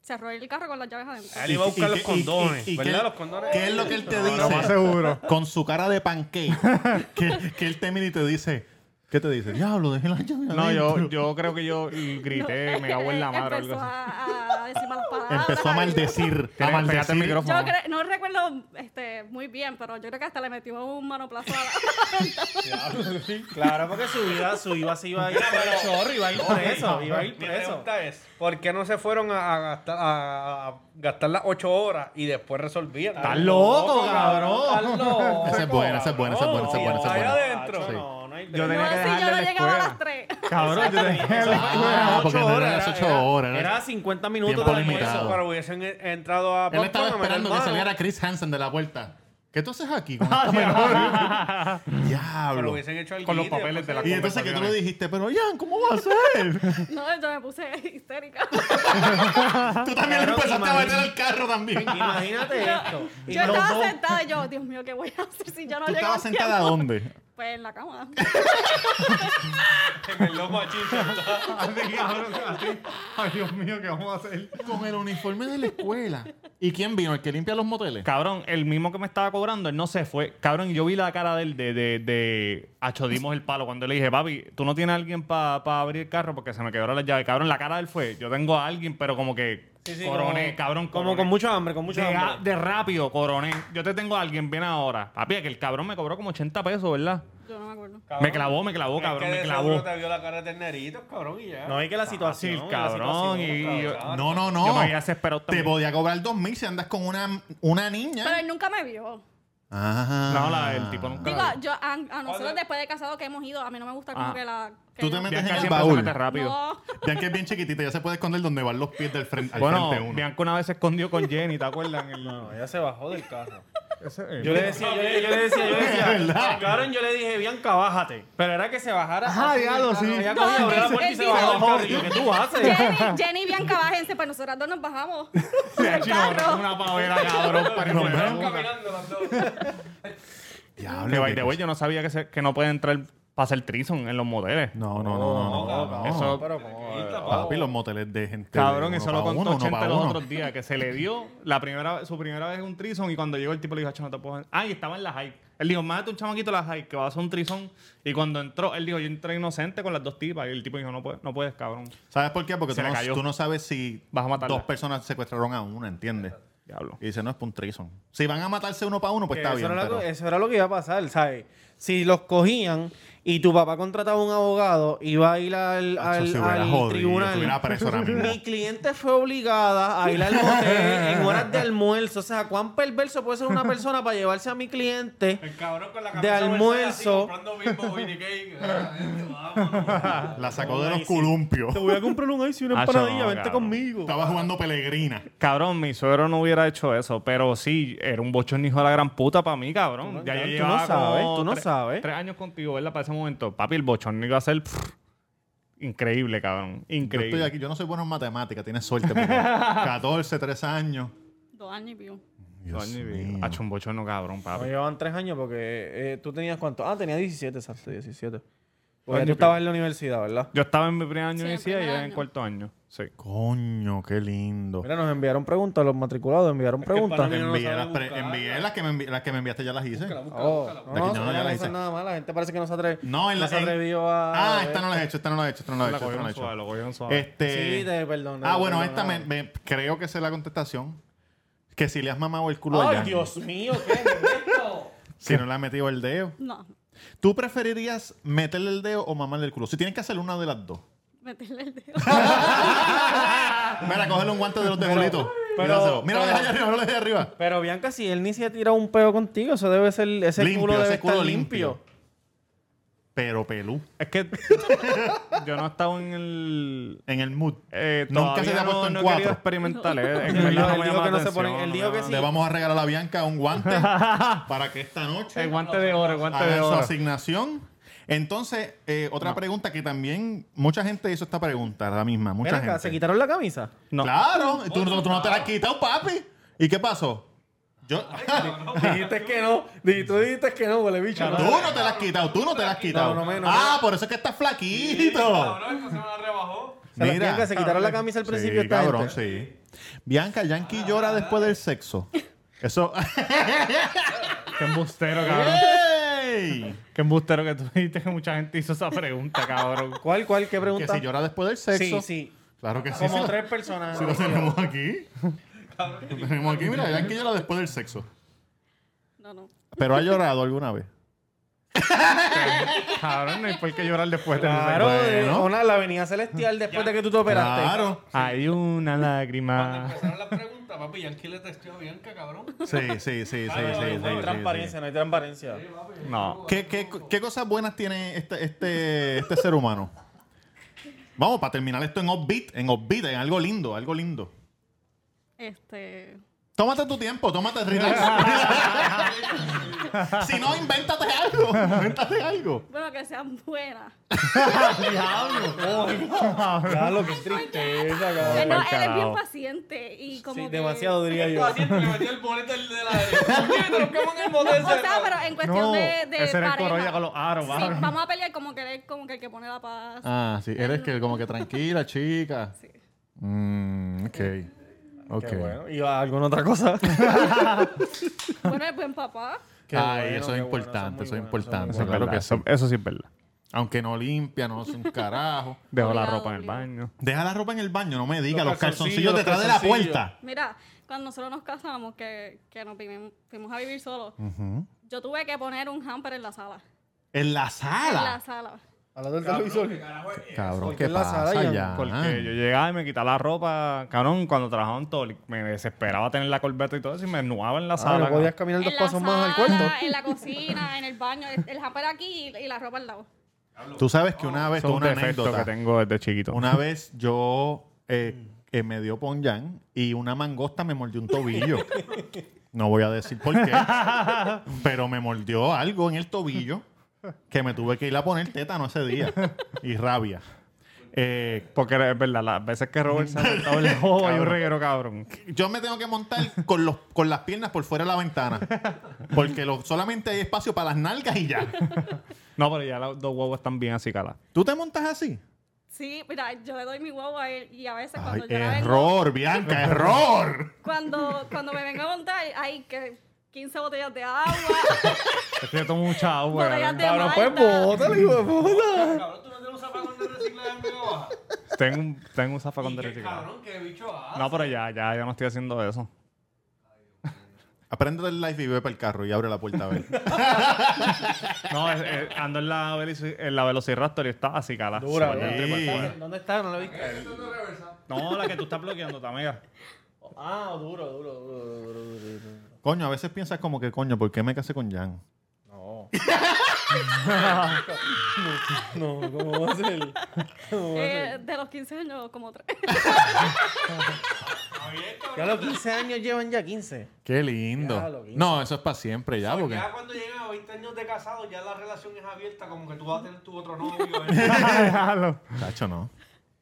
Speaker 1: cerró el carro con las llaves adentro.
Speaker 3: Él iba a buscar
Speaker 2: ¿Y
Speaker 3: los
Speaker 2: qué- y-
Speaker 3: condones.
Speaker 2: y- y
Speaker 3: ¿Verdad?
Speaker 2: qué-
Speaker 3: Los condones.
Speaker 2: ¿Qué es lo que él te dice?
Speaker 4: Lo más seguro.
Speaker 2: Con su cara de pancake. que, que él te mira y te dice... ¿Qué te dice? Diablo, dejé la llave
Speaker 4: No,
Speaker 2: adentro".
Speaker 4: yo, yo creo que yo grité, me cago en la madre o algo
Speaker 1: Empezó
Speaker 4: así.
Speaker 1: a, a decir malas palabras.
Speaker 2: Empezó a maldecir. A
Speaker 4: Pégate el
Speaker 2: maldecir.
Speaker 4: micrófono.
Speaker 1: Yo cre- no recuerdo este, muy bien, pero yo creo que hasta le metió un manoplazo a la...
Speaker 5: Claro, porque su vida, su vida se iba a ir al chorro, iba a ir preso, iba a ir
Speaker 3: Mi
Speaker 5: preso.
Speaker 3: pregunta es, ¿por qué no se fueron a, a gastar, a, a gastar las ocho horas y después resolvían?
Speaker 4: ¡Estás loco, cabrón!
Speaker 5: Estás loco.
Speaker 2: Esa es buena, esa es buena, esa es buena, esa es buena, esa es
Speaker 3: Allá
Speaker 2: buena.
Speaker 3: adentro.
Speaker 5: Nacho,
Speaker 2: Sí.
Speaker 5: No, no hay
Speaker 4: Yo
Speaker 1: No,
Speaker 4: tenía que
Speaker 1: si
Speaker 4: dejarle
Speaker 1: yo no
Speaker 4: la
Speaker 1: llegaba a las
Speaker 4: escuela.
Speaker 1: 3.
Speaker 4: Cabrón, yo tenía que
Speaker 2: Ah, porque no eran las
Speaker 5: era-
Speaker 2: ocho
Speaker 5: era-
Speaker 2: horas. era-
Speaker 5: Era 50 minutos
Speaker 2: Tiempo
Speaker 5: de almuerzo.
Speaker 2: limitado.
Speaker 3: Pero hubiesen e- entrado a
Speaker 2: Él estaba
Speaker 3: popcorn a meter
Speaker 2: esperando que
Speaker 3: mano.
Speaker 2: saliera Chris Hansen de la puerta. ¿Qué tú haces aquí? con esta mujer?
Speaker 3: Pero
Speaker 2: Diablo.
Speaker 3: hubiesen hecho algo
Speaker 4: Con los papeles de la
Speaker 2: Y entonces que tú le dijiste, pero Jan, ¿cómo va a ser?
Speaker 1: No, yo me puse histérica.
Speaker 2: tú también le
Speaker 5: Claro,
Speaker 2: empezaste a
Speaker 5: imagínate.
Speaker 2: meter al carro también.
Speaker 5: Imagínate esto. Y
Speaker 1: Yo
Speaker 5: los
Speaker 1: estaba
Speaker 5: dos-
Speaker 1: sentada y yo, Dios mío, ¿qué voy a hacer si yo no
Speaker 2: ¿Tú
Speaker 1: llego
Speaker 2: estabas
Speaker 1: a tiempo?
Speaker 2: sentada dónde?
Speaker 1: Pues en la cama.
Speaker 3: En el lomo aquí,
Speaker 2: Oh,
Speaker 4: Ay, Dios mío, ¿qué vamos a hacer?
Speaker 2: Con el uniforme de la escuela. ¿Y quién vino? ¿El que limpia los moteles?
Speaker 4: Cabrón, el mismo que me estaba cobrando, él no se fue. Cabrón, yo vi la cara del de, de, de... Acho, dimos el palo cuando le dije, papi, tú no tienes alguien para abrir el carro porque se me quebró la llave. Cabrón, la cara de él fue, yo tengo a alguien, pero como que...
Speaker 5: Sí, sí,
Speaker 4: coroné,
Speaker 5: como-
Speaker 4: cabrón.
Speaker 5: Como
Speaker 4: coroné.
Speaker 5: con mucho hambre, con mucho
Speaker 4: de,
Speaker 5: hambre.
Speaker 4: de rápido, coroné. Yo te tengo a alguien, bien ahora. Papi, que el cabrón me cobró como 80 pesos, ¿verdad?
Speaker 1: Yo no me acuerdo.
Speaker 4: Me clavó, me clavó, cabrón, me clavó.
Speaker 6: te vio la cara de ternerito, cabrón, y ya.
Speaker 5: No, hay que la situación.
Speaker 4: Fácil,
Speaker 5: la
Speaker 4: cabrón.
Speaker 5: situación,
Speaker 4: Y, y yo-
Speaker 6: cabrón.
Speaker 2: No, no, no.
Speaker 4: Yo me había desesperado
Speaker 2: Te
Speaker 4: también.
Speaker 2: podía cobrar dos mil si andas con una, una niña.
Speaker 1: Pero él nunca me vio.
Speaker 2: Ah.
Speaker 4: No, la, el tipo nunca.
Speaker 1: Digo,
Speaker 4: la-
Speaker 1: yo, a, a nosotros
Speaker 6: Otra-
Speaker 1: después de casado que hemos ido, a mí no me gusta como
Speaker 4: Ah.
Speaker 1: que la... que
Speaker 2: Tú
Speaker 1: yo-
Speaker 2: te metes
Speaker 4: Bianca
Speaker 2: en el
Speaker 4: siempre se
Speaker 2: baúl.
Speaker 4: mete rápido.
Speaker 1: No,
Speaker 2: Bianca es bien chiquitita, ya se puede esconder donde van los pies del frente, al
Speaker 4: Bueno,
Speaker 2: frente uno.
Speaker 4: Bianca una vez se escondió con Jenny, ¿te acuerdas? En el-
Speaker 5: No, ella se bajó del carro.
Speaker 4: Ese-
Speaker 5: Yo le decía, yo le, yo le decía, yo le
Speaker 2: Es
Speaker 5: decía,
Speaker 2: verdad.
Speaker 5: Karen, yo le dije, Bianca, bájate. Pero era que se bajara.
Speaker 4: Ah,
Speaker 5: así del
Speaker 2: diablo,
Speaker 5: carro.
Speaker 2: sí.
Speaker 5: Ella cogía, abrió la puerta y se bajó del carro. Y yo, ¿qué tú haces?
Speaker 1: Jenny, Jenny y Bianca, bájense, pues nosotras dos nos bajamos.
Speaker 4: Ya, chico, una pavera, cabrón. para
Speaker 2: Nos
Speaker 4: el
Speaker 2: vemos.
Speaker 4: pueblo.
Speaker 2: Diablo,
Speaker 4: Que by
Speaker 2: qué
Speaker 4: the way, yo no sabía que, se- que no puede entrar para hacer trison en los moteles.
Speaker 2: cosa. No, no, no, no, no. no, no.
Speaker 4: Eso,
Speaker 5: Pero como...
Speaker 2: Papi, los moteles de gente.
Speaker 4: cabrón,
Speaker 2: de
Speaker 4: eso
Speaker 2: uno
Speaker 4: lo
Speaker 2: pa'
Speaker 4: contó
Speaker 2: uno, uno pa'
Speaker 4: Chente los
Speaker 2: uno.
Speaker 4: otros días, que se le dio la primera, su primera vez en un trison y cuando llegó el tipo le dijo, "Acho, no te puedo... Ah, y estaba en la high. Él dijo, mátate un chamaquito a la high, que va a hacer un trison. Y cuando entró, él dijo, yo entré inocente con las dos tipas. Y el tipo dijo, no puedes, no puedes cabrón.
Speaker 2: ¿Sabes por qué? Porque
Speaker 4: Se
Speaker 2: tú
Speaker 4: le
Speaker 2: no,
Speaker 4: cayó.
Speaker 2: tú no sabes si
Speaker 4: Vas a matarla.
Speaker 2: dos personas secuestraron a una, ¿entiendes?
Speaker 4: Diablo.
Speaker 2: Y dice, no, es por un trison. Si van a matarse uno para uno, pues
Speaker 5: Que
Speaker 2: está
Speaker 5: eso,
Speaker 2: bien.
Speaker 5: era eh, lo,
Speaker 2: pero-
Speaker 5: que- eso era lo que iba a pasar, ¿sabes? Si los cogían y tu papá contrataba un abogado, iba a ir al,
Speaker 2: Acho,
Speaker 5: al,
Speaker 2: se hubiera
Speaker 5: al
Speaker 2: jodido,
Speaker 5: tribunal.
Speaker 2: estuviera preso ahora mismo.
Speaker 5: Mi cliente fue obligada a ir al motel en horas de almuerzo. O sea, ¿cuán perverso puede ser una persona para llevarse a mi cliente?
Speaker 6: El cabrón con la
Speaker 5: De
Speaker 6: camisa
Speaker 5: almuerzo.
Speaker 6: Versace, comprando Bimbo, Winnie Cake. Ah, esto, vámonos.
Speaker 4: Ah,
Speaker 2: La sacó de los columpios.
Speaker 5: voy a comprar un ice y
Speaker 4: una Ah, empanadilla, no, vente cabrón.
Speaker 5: conmigo.
Speaker 2: Estaba jugando Pellegrina.
Speaker 4: Cabrón, mi suegro no hubiera hecho eso, pero sí, era un bochorno hijo de la gran puta para mí, cabrón.
Speaker 5: Tú no-
Speaker 4: ya yo
Speaker 5: tú no
Speaker 4: llevaba
Speaker 5: sabes,
Speaker 4: como
Speaker 5: tú no
Speaker 4: tres-
Speaker 5: sabes.
Speaker 4: Tres años contigo, ¿verdad? Para ese momento. Papi, el bochorno iba a ser pff, increíble, cabrón.
Speaker 2: Yo
Speaker 4: Increíble.
Speaker 2: estoy aquí, yo no soy bueno en matemáticas, tienes suerte. porque 14, 13 años.
Speaker 1: Dos años y pico.
Speaker 2: Dios
Speaker 4: Coño,
Speaker 2: mío.
Speaker 4: Ha hecho un bochorno, cabrón, papi.
Speaker 5: No llevaban tres años porque eh, tú tenías cuánto. Ah, tenía 17, exacto, 17. Porque tú estabas en la universidad, ¿verdad?
Speaker 4: Yo estaba en mi primer año
Speaker 1: Sí,
Speaker 4: de
Speaker 1: en
Speaker 4: universidad y
Speaker 1: primer
Speaker 4: era en
Speaker 1: año.
Speaker 4: cuarto año. Sí.
Speaker 2: Coño, qué lindo.
Speaker 5: Mira, nos enviaron preguntas, los matriculados enviaron preguntas.
Speaker 6: pana mío-
Speaker 2: Envié,
Speaker 6: no sabe
Speaker 2: las, pre-
Speaker 6: buscarla.
Speaker 2: envié las que me envi- las que me enviaste, ya las hice.
Speaker 5: Oh, no,
Speaker 2: Aquí
Speaker 5: no,
Speaker 2: no,
Speaker 5: no,
Speaker 2: ya la
Speaker 5: no
Speaker 2: hice.
Speaker 5: hizo nada más. La gente parece que no se, atre-
Speaker 2: No, en
Speaker 5: no
Speaker 2: la
Speaker 5: se
Speaker 2: en-
Speaker 5: atrevió a.
Speaker 2: Ah, esta no la he hecho, esta no la he hecho, esta no la he
Speaker 4: La
Speaker 2: hecho. esta no
Speaker 4: cogieron
Speaker 2: la he
Speaker 4: suave, Eh,
Speaker 2: hecho.
Speaker 4: lo cogieron suave.
Speaker 2: Este.
Speaker 5: Sí, te perdono.
Speaker 2: ah, bueno,
Speaker 5: perdona.
Speaker 2: esta me, me- creo que sé la contestación. Que si le has mamado el culo a
Speaker 5: Ay,
Speaker 2: Yang,
Speaker 5: Dios mío, ¿qué es esto?
Speaker 2: Si no le has metido el dedo.
Speaker 1: No,
Speaker 2: ¿Tú preferirías meterle el dedo o mamarle el culo? Si tienes que hacer una de las dos.
Speaker 1: meterle el dedo.
Speaker 2: Mira, cógelo un guante de los dejolitos.
Speaker 5: pero-
Speaker 2: Míraselo. Mira, lo
Speaker 5: pero-
Speaker 2: deja allá arriba, no lo deja arriba.
Speaker 5: Pero Bianca, si él ni se ha tirado un peo contigo, eso debe ser. Ese
Speaker 2: Limpio,
Speaker 5: culo
Speaker 2: ese
Speaker 5: debe
Speaker 2: culo
Speaker 5: estar
Speaker 2: limpio.
Speaker 5: limpio.
Speaker 2: Pero pelú.
Speaker 4: Es que yo no estaba en el.
Speaker 2: En el mood.
Speaker 4: eh,
Speaker 2: Nunca se te
Speaker 4: todavía
Speaker 2: ha puesto
Speaker 4: no,
Speaker 2: en
Speaker 4: no he
Speaker 2: cuatro.
Speaker 4: querido experimentar. eh. En
Speaker 5: Él
Speaker 4: verdad me
Speaker 5: dijo que
Speaker 4: llama la
Speaker 5: no se pone-
Speaker 4: atención,
Speaker 5: él
Speaker 4: no
Speaker 5: dijo
Speaker 4: me
Speaker 5: que
Speaker 4: llama
Speaker 5: sí.
Speaker 2: Le vamos a regalar a Bianca un guante para que esta noche
Speaker 4: El guante de oro, el guante de
Speaker 2: hagan su
Speaker 4: oro.
Speaker 2: asignación. Entonces, eh, otra pregunta que también mucha gente hizo esta pregunta, la misma,
Speaker 5: Ven
Speaker 2: mucha
Speaker 5: acá, ¿se Ah.
Speaker 2: gente.
Speaker 5: quitaron la camisa?
Speaker 4: No.
Speaker 2: Claro, tú, tú- tú no te la has quitado, papi. ¿Y qué pasó? Yo,
Speaker 5: dijiste que no. di- Tú dijiste que no, huele bicho.
Speaker 2: tú no te la has quitado, tú no te la has quitado.
Speaker 5: no me- no
Speaker 2: ah, por eso es que estás flaquito.
Speaker 6: Cabrón, esto se me la rebajó.
Speaker 5: Se la- Bianca, se quitaron la camisa al principio.
Speaker 2: Sí,
Speaker 5: esta
Speaker 2: cabrón,
Speaker 5: gente.
Speaker 2: sí. Bianca, Yankee llora después del sexo. Eso.
Speaker 4: Qué embustero, cabrón.
Speaker 2: ¡Ey!
Speaker 4: Qué embustero que tú dijiste que mucha gente hizo esa pregunta, cabrón.
Speaker 5: ¿Cuál, cuál? ¿Qué
Speaker 2: Que
Speaker 5: pregunta?
Speaker 2: si llora después del sexo.
Speaker 5: Sí, sí.
Speaker 2: Claro que sí.
Speaker 5: Como
Speaker 2: sí lo-
Speaker 5: tres personas.
Speaker 2: Si lo tenemos aquí. Lo tenemos aquí, mira, Yankee llora después del sexo.
Speaker 1: No, no.
Speaker 2: Pero ha llorado alguna vez.
Speaker 4: Cabrón, no hay por qué llorar después de
Speaker 5: Claro,
Speaker 4: ese-
Speaker 5: de-
Speaker 2: Pues Bueno.
Speaker 5: una, la avenida celestial después de que tú te operaste.
Speaker 2: Claro.
Speaker 4: Hay una
Speaker 6: Cuando
Speaker 4: lágrima.
Speaker 6: empezaron las preguntas, papi, Yankee le texteó a Bianca, cabrón.
Speaker 2: Sí, sí, sí, sí, sí,
Speaker 5: No,
Speaker 2: sí,
Speaker 5: no hay
Speaker 2: sí,
Speaker 5: transparencia,
Speaker 2: sí.
Speaker 5: no hay transparencia.
Speaker 4: No.
Speaker 2: ¿Qué, qué, qué cosas buenas tiene este, este, este ser humano? Vamos, para terminar esto en offbeat, en offbeat, en algo lindo, algo lindo.
Speaker 1: Este...
Speaker 2: Tómate tu tiempo, tómate relax. si no, invéntate algo, invéntate algo.
Speaker 1: Bueno, que sean buenas.
Speaker 5: Claro, qué tristeza,
Speaker 1: Él,
Speaker 5: cabrón.
Speaker 1: Eh, no, él
Speaker 4: pa'l
Speaker 1: es bien
Speaker 4: carajo.
Speaker 1: paciente y como
Speaker 5: Sí,
Speaker 1: que-
Speaker 5: demasiado diría yo.
Speaker 6: Estaba haciendo que metió el boleto del de la derecha. Oye, te lo quemo en el motel.
Speaker 1: O sea, pero en cuestión
Speaker 4: No,
Speaker 1: de, de
Speaker 4: ese era el
Speaker 1: pareja.
Speaker 4: corolla con los aros,
Speaker 1: Sí,
Speaker 4: cabrón.
Speaker 1: vamos a pelear como que él es como que el que pone la paz.
Speaker 2: Ah, sí, eres que como que tranquila, chica.
Speaker 1: Sí.
Speaker 2: Mm, ok. Ok.
Speaker 5: Qué bueno. ¿Y a alguna otra cosa?
Speaker 1: Bueno, es buen papá.
Speaker 5: Qué
Speaker 2: Ay, eso
Speaker 5: bueno,
Speaker 2: es
Speaker 5: qué bueno,
Speaker 2: importante,
Speaker 5: son muy
Speaker 2: eso es
Speaker 5: buenos, son muy
Speaker 2: importante.
Speaker 4: Eso es
Speaker 2: claro
Speaker 4: verdad,
Speaker 2: que sí.
Speaker 4: eso- Eso sí es verdad.
Speaker 2: Aunque no limpia, no hace un carajo.
Speaker 4: Dejo la
Speaker 1: Obligado,
Speaker 4: ropa en el
Speaker 1: obligado.
Speaker 4: baño.
Speaker 2: Deja la ropa en el baño, no me diga. Los,
Speaker 5: Los
Speaker 2: calzoncillos,
Speaker 5: calzoncillos,
Speaker 2: detrás
Speaker 5: los
Speaker 2: de la
Speaker 5: calzoncillos.
Speaker 2: puerta.
Speaker 1: Mira, cuando nosotros nos casamos, que, que nos vivim- fuimos a vivir solos, yo tuve que poner un hamper en la sala.
Speaker 2: En la
Speaker 1: En la
Speaker 2: sala.
Speaker 1: sala.
Speaker 7: Al lado del televisor.
Speaker 2: Cabrón,
Speaker 7: Porque
Speaker 2: ¿qué
Speaker 7: en la
Speaker 2: pasa
Speaker 7: sala ya-
Speaker 2: ya?
Speaker 4: Porque yo llegaba y me quitaba la ropa. Cabrón, cuando trabajaba en Tolic, me desesperaba tener la corbeta y todo eso y me nudaba en la
Speaker 7: Ah,
Speaker 4: sala.
Speaker 7: no podías caminar dos
Speaker 1: en la
Speaker 7: pasos
Speaker 1: sala,
Speaker 7: más al cuarto.
Speaker 1: en la cocina, en el baño, el, el hamper aquí y, y la ropa al lado.
Speaker 2: Tú sabes que una vez,
Speaker 4: Eso es un
Speaker 2: una
Speaker 4: defecto
Speaker 2: anécdota.
Speaker 4: que tengo desde chiquito.
Speaker 2: Una vez yo eh, eh, me dio Ponyan y una mangosta me mordió un tobillo. No voy a decir por qué, pero me mordió algo en el tobillo que me tuve que ir a poner tétano ese día y rabia. Eh,
Speaker 4: Porque es verdad, las veces que Robert se ha montado en la jova y un reguero, cabrón.
Speaker 2: yo me tengo que montar con, los, con las piernas por fuera de la ventana porque lo- solamente hay espacio para las nalgas y ya.
Speaker 4: No, pero ya los dos huevos están bien así calados.
Speaker 2: ¿Tú te montas así?
Speaker 1: Sí, mira, yo le doy mi huevo a él y a veces
Speaker 2: Ay,
Speaker 1: Pues cuando yo la vengo-
Speaker 2: error, Bianca, error.
Speaker 1: cuando, cuando me vengo a montar, hay que 15 botellas de agua,
Speaker 4: Es que yo tomo mucha agua.
Speaker 1: botellas
Speaker 4: cabrón.
Speaker 1: de
Speaker 7: Cabrón, pues
Speaker 1: malta. eh,
Speaker 7: bótalo, hijo de puta.
Speaker 6: Cabrón, tú no tienes un zapacón de reciclaje en mi hoja.
Speaker 4: Tengo un, tengo un zafacón de
Speaker 6: Qué
Speaker 4: reciclaje.
Speaker 6: cabrón, qué bicho hace.
Speaker 4: No, pero ya, ya, ya no estoy haciendo eso.
Speaker 2: Aprende del live y ve para el carro y abre la puerta a ver.
Speaker 4: No, es- es- ando en la, velici- en la Velociraptor y está así cala.
Speaker 7: Dura,
Speaker 4: Sí. pues.
Speaker 7: dura.
Speaker 2: Sí.
Speaker 5: ¿Dónde está? No lo he
Speaker 6: Eh.
Speaker 5: visto.
Speaker 4: No, la que tú estás bloqueando, tamega.
Speaker 5: Ah, duro, duro, duro, duro, duro, duro.
Speaker 2: Coño, a veces piensas como que, coño, ¿por qué me casé con Jan?
Speaker 7: No, ¿cómo va a ser?
Speaker 1: Eh, de los 15 años, como tres.
Speaker 5: Ya los 15 años llevan ya 15.
Speaker 2: Qué lindo.
Speaker 7: Ya, lo que hice.
Speaker 2: no, eso es para siempre ya, porque...
Speaker 6: Ya Ah, cuando llegan a 20 años de casado, ya la relación es abierta, como que tú vas a tener tu otro novio.
Speaker 4: Déjalo.
Speaker 2: Chacho, no.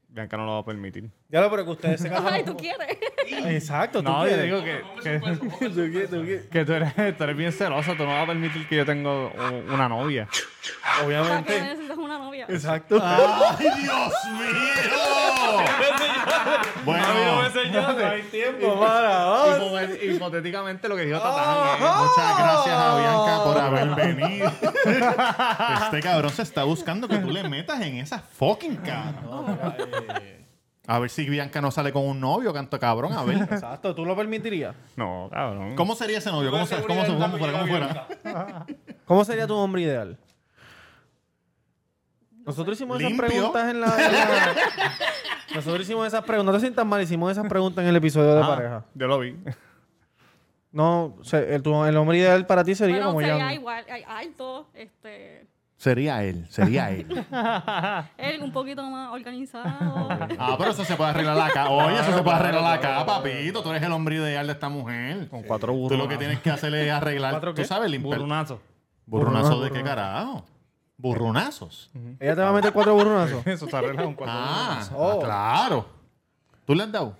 Speaker 4: Bianca no lo va a permitir.
Speaker 5: Ya lo, pero que ustedes se casaron.
Speaker 1: Ay, tú quieres.
Speaker 5: Exacto, tú
Speaker 4: No, yo
Speaker 5: quieres.
Speaker 4: digo que, que,
Speaker 7: ¿Tú qué? ¿Tú qué?
Speaker 4: que tú, eres, tú eres bien celosa. Tú no vas a permitir que yo tenga u- una novia.
Speaker 1: ¿Para qué
Speaker 5: Obviamente.
Speaker 1: necesitas una novia?
Speaker 5: Exacto.
Speaker 2: ¡Ay, Dios mío! bueno,
Speaker 5: hay tiempo para
Speaker 4: Hipo- Hipotéticamente lo que dijo
Speaker 2: Ah.
Speaker 4: Tatán. es-
Speaker 2: muchas gracias a Bianca por haber venido. este cabrón se está buscando que tú le metas en esa fucking cara. A ver si Bianca no sale con un novio, canto cabrón, a ver.
Speaker 5: Exacto, ¿tú lo permitirías?
Speaker 4: No, cabrón.
Speaker 2: ¿Cómo sería ese novio? ¿Cómo, se- cómo, se- cómo fuera? ¿Cómo fuera?
Speaker 5: ¿Cómo sería tu hombre ideal? Nosotros hicimos
Speaker 2: Limpio.
Speaker 5: esas preguntas en la, en la- Nosotros hicimos esas preguntas. No te sientas mal, hicimos esas preguntas en el episodio de
Speaker 4: Ah,
Speaker 5: pareja.
Speaker 4: Yo lo vi.
Speaker 5: No, o sea, el, tu- el hombre ideal para ti sería
Speaker 1: Bueno,
Speaker 5: como
Speaker 1: sería
Speaker 5: ya.
Speaker 1: igual, ay, alto, este,
Speaker 2: Sería él, sería él.
Speaker 1: él un poquito más organizado.
Speaker 2: Ah, pero eso se puede arreglar la cara. Oye, eso se puede arreglar la cara, papito. Tú eres el hombre ideal de esta mujer.
Speaker 4: Con cuatro
Speaker 2: Tú
Speaker 4: burros.
Speaker 2: lo que tienes que hacer es arreglar.
Speaker 5: ¿Cuatro
Speaker 2: ¿Tú
Speaker 5: qué?
Speaker 2: sabes limpiar?
Speaker 4: Burrunazo.
Speaker 2: ¿Burronazo de qué carajo? Burronazos.
Speaker 5: Ella te va a meter cuatro burronazos.
Speaker 4: Eso se arregla con cuatro
Speaker 2: Ah,
Speaker 4: burronazos.
Speaker 2: ah, claro. ¿Tú le has dado?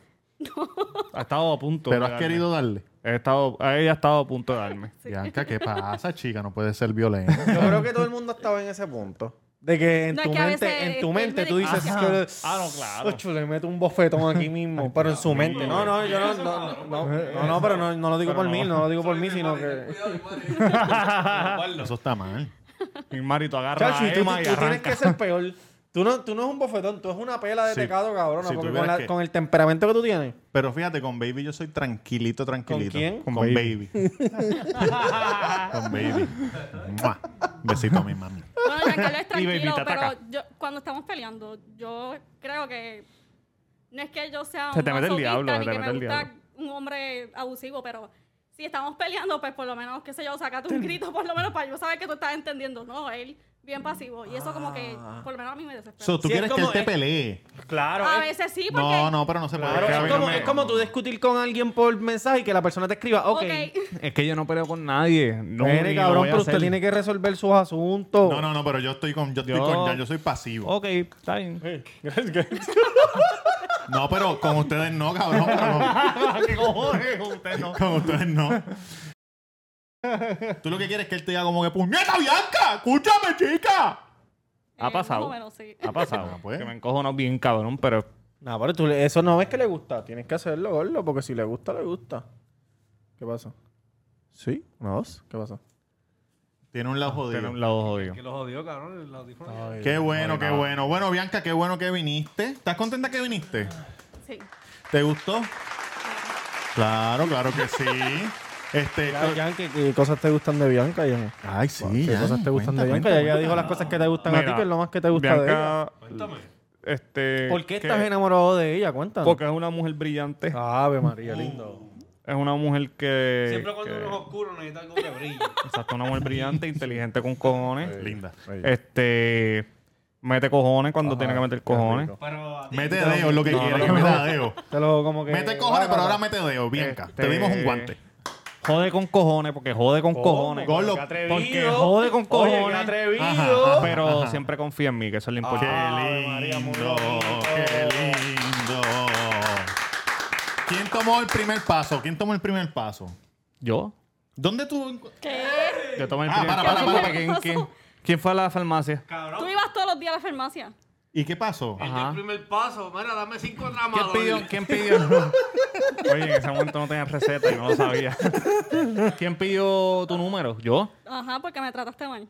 Speaker 4: Ha estado a punto.
Speaker 2: Pero
Speaker 4: de
Speaker 2: has
Speaker 4: darme.
Speaker 2: querido darle.
Speaker 4: He estado, ella ha estado a punto de darme.
Speaker 2: Bianca, ¿qué pasa, chica? No puede ser violenta.
Speaker 5: Yo creo que todo el mundo estaba en ese punto. De que en
Speaker 1: No, es
Speaker 5: tu
Speaker 1: que a
Speaker 5: mente,
Speaker 1: veces
Speaker 5: en tu
Speaker 1: estoy
Speaker 5: mente tú dices
Speaker 1: medicación.
Speaker 5: que
Speaker 4: Ah, no, claro.
Speaker 5: Ocho, le meto un bofetón aquí mismo, pero en su mente. No, no, yo no, no, no, no, no, pero no, no lo digo por mí, no lo digo por mí, sino que.
Speaker 6: Cuidado, madre.
Speaker 2: Eso está mal.
Speaker 4: Mi marito agarra
Speaker 5: Chacho, y
Speaker 4: a
Speaker 5: tú,
Speaker 4: Emma
Speaker 5: tú-
Speaker 4: y
Speaker 5: tú tienes
Speaker 4: arranca.
Speaker 5: que ser peor. Tú no, tú no es un bofetón, tú es una pela de
Speaker 2: Sí.
Speaker 5: pecado, cabrona,
Speaker 2: Si
Speaker 5: porque con,
Speaker 2: tuvieras
Speaker 5: la-
Speaker 2: que-
Speaker 5: con el temperamento que tú tienes.
Speaker 2: Pero fíjate, con Baby yo soy tranquilito, tranquilito.
Speaker 5: ¿Con quién?
Speaker 2: Con,
Speaker 4: Con
Speaker 2: Baby. con Baby. Mua. Besito a mi mami.
Speaker 1: Bueno, Giancarlo es
Speaker 4: Y Baby
Speaker 1: tranquilo,
Speaker 4: te ataca.
Speaker 1: pero yo, cuando estamos peleando, yo creo que no es que yo sea
Speaker 4: Se te
Speaker 1: un
Speaker 4: mete el
Speaker 1: masoquista
Speaker 4: diablo, se
Speaker 1: ni
Speaker 4: te
Speaker 1: que
Speaker 4: mete
Speaker 1: me
Speaker 4: el
Speaker 1: gusta
Speaker 4: diablo.
Speaker 1: un hombre abusivo, pero si estamos peleando, pues por lo menos, qué sé yo, sacate un grito por lo menos para yo saber que tú estás entendiendo. No, él bien pasivo. Y eso como que
Speaker 4: Ah.
Speaker 1: por lo menos a mí me desespera.
Speaker 2: So, ¿Tú
Speaker 5: Sí, es
Speaker 2: quieres que él
Speaker 5: como-
Speaker 2: te
Speaker 5: es-
Speaker 2: pelee?
Speaker 5: Claro,
Speaker 1: a veces sí, porque...
Speaker 2: No, no, pero no se puede.
Speaker 4: Claro,
Speaker 2: Que a
Speaker 5: es,
Speaker 2: mí
Speaker 5: como,
Speaker 2: no me-
Speaker 5: es como tú discutir con alguien por mensaje y que la persona te escriba, ok.
Speaker 1: Ok.
Speaker 4: Es que yo no peleo con nadie. No,
Speaker 5: Mire,
Speaker 4: ni lo
Speaker 5: cabrón,
Speaker 4: voy a
Speaker 5: pero
Speaker 4: hacer.
Speaker 5: usted tiene que resolver sus asuntos.
Speaker 2: No, no, no, pero yo estoy con, yo estoy
Speaker 4: Yo-
Speaker 2: con Jan, yo soy pasivo.
Speaker 4: Ok, está bien.
Speaker 2: No, pero con ustedes no, cabrón. cabrón.
Speaker 4: ¿Qué cojones? Usted no.
Speaker 2: Con ustedes no. Tú lo que quieres es que él te diga como que puñeta Bianca, escúchame chica.
Speaker 1: Eh,
Speaker 4: Ha pasado.
Speaker 1: Más o menos, sí.
Speaker 4: Ha pasado.
Speaker 2: Ah, pues.
Speaker 4: Que me encojonó bien cabrón, pero
Speaker 5: No, pero tú, le- eso no es que le gusta. Tienes que hacerlo, gordo, porque si le gusta, le gusta. ¿Qué pasa? ¿Sí? ¿Una dos? ¿Qué pasa?
Speaker 2: Tiene un lado jodido.
Speaker 4: Tiene un lado jodido.
Speaker 7: Que los odió, cabrón, el audífono.
Speaker 6: Ah,
Speaker 2: Qué bueno, qué bueno. Bueno, Bianca, qué bueno que viniste. ¿Estás contenta que viniste?
Speaker 1: Sí.
Speaker 2: ¿Te gustó? Claro, claro que sí. Este,
Speaker 5: Ya, Jan, ¿qué, qué cosas te gustan de Bianca, Jan?
Speaker 2: ay, sí.
Speaker 5: ¿Qué
Speaker 2: ya,
Speaker 5: cosas te gustan
Speaker 2: cuenta,
Speaker 5: de Bianca?
Speaker 2: cuenta,
Speaker 5: Ella dijo las cosas que te gustan a ti,
Speaker 4: Mira,
Speaker 5: que es lo más que te gusta de ella.
Speaker 4: Bianca,
Speaker 6: Cuéntame.
Speaker 4: este,
Speaker 5: ¿Por qué
Speaker 4: que-
Speaker 5: estás enamorado de ella? Cuéntanos.
Speaker 4: Porque es una mujer brillante.
Speaker 5: Ave María, lindo.
Speaker 4: Es una mujer que...
Speaker 6: Siempre cuando
Speaker 4: que-
Speaker 6: uno es oscuro necesita algo que brille.
Speaker 4: Exacto, una mujer brillante, inteligente con cojones.
Speaker 2: Linda.
Speaker 4: Este... Mete cojones cuando tiene que meter cojones.
Speaker 6: Pero a ti.
Speaker 2: Mete dedo, es lo que
Speaker 4: No,
Speaker 2: quiere,
Speaker 4: no, Eh,
Speaker 2: que
Speaker 4: no.
Speaker 2: meta dedo.
Speaker 5: Te lo como que.
Speaker 2: Mete cojones, pero ahora mete dedo, Bianca. Te dimos un
Speaker 4: Este,
Speaker 2: guante.
Speaker 4: Jode con cojones, porque jode con cojones.
Speaker 2: Gol, lo-
Speaker 4: Porque jode con
Speaker 5: Oye,
Speaker 4: cojones.
Speaker 5: atrevido.
Speaker 2: Ajá, ajá.
Speaker 4: pero siempre confía en mí, que eso es lo
Speaker 2: Qué
Speaker 4: importante.
Speaker 5: Ave María, muy
Speaker 2: lindo,
Speaker 5: bonito.
Speaker 2: qué lindo. ¿Quién tomó el primer paso? ¿Quién tomó el primer paso?
Speaker 4: ¿Yo?
Speaker 2: ¿Dónde tú?
Speaker 1: ¿Qué?
Speaker 4: Yo tomé el
Speaker 2: Ah,
Speaker 4: primer
Speaker 2: para, para,
Speaker 4: paso.
Speaker 2: para,
Speaker 1: para.
Speaker 4: ¿Quién, quién- quién fue a la farmacia?
Speaker 1: Tú
Speaker 6: Cabrón.
Speaker 1: ibas todos los días a la farmacia.
Speaker 2: ¿Y qué pasó?
Speaker 6: Él dio el primer paso. Mira, dame cinco
Speaker 4: ¿Quién
Speaker 6: tramadores.
Speaker 4: pidió? ¿Quién pidió? Oye, en ese momento no tenía receta y no lo sabía. ¿Quién pidió tu número? ¿Yo?
Speaker 1: Ajá, porque me trataste mal.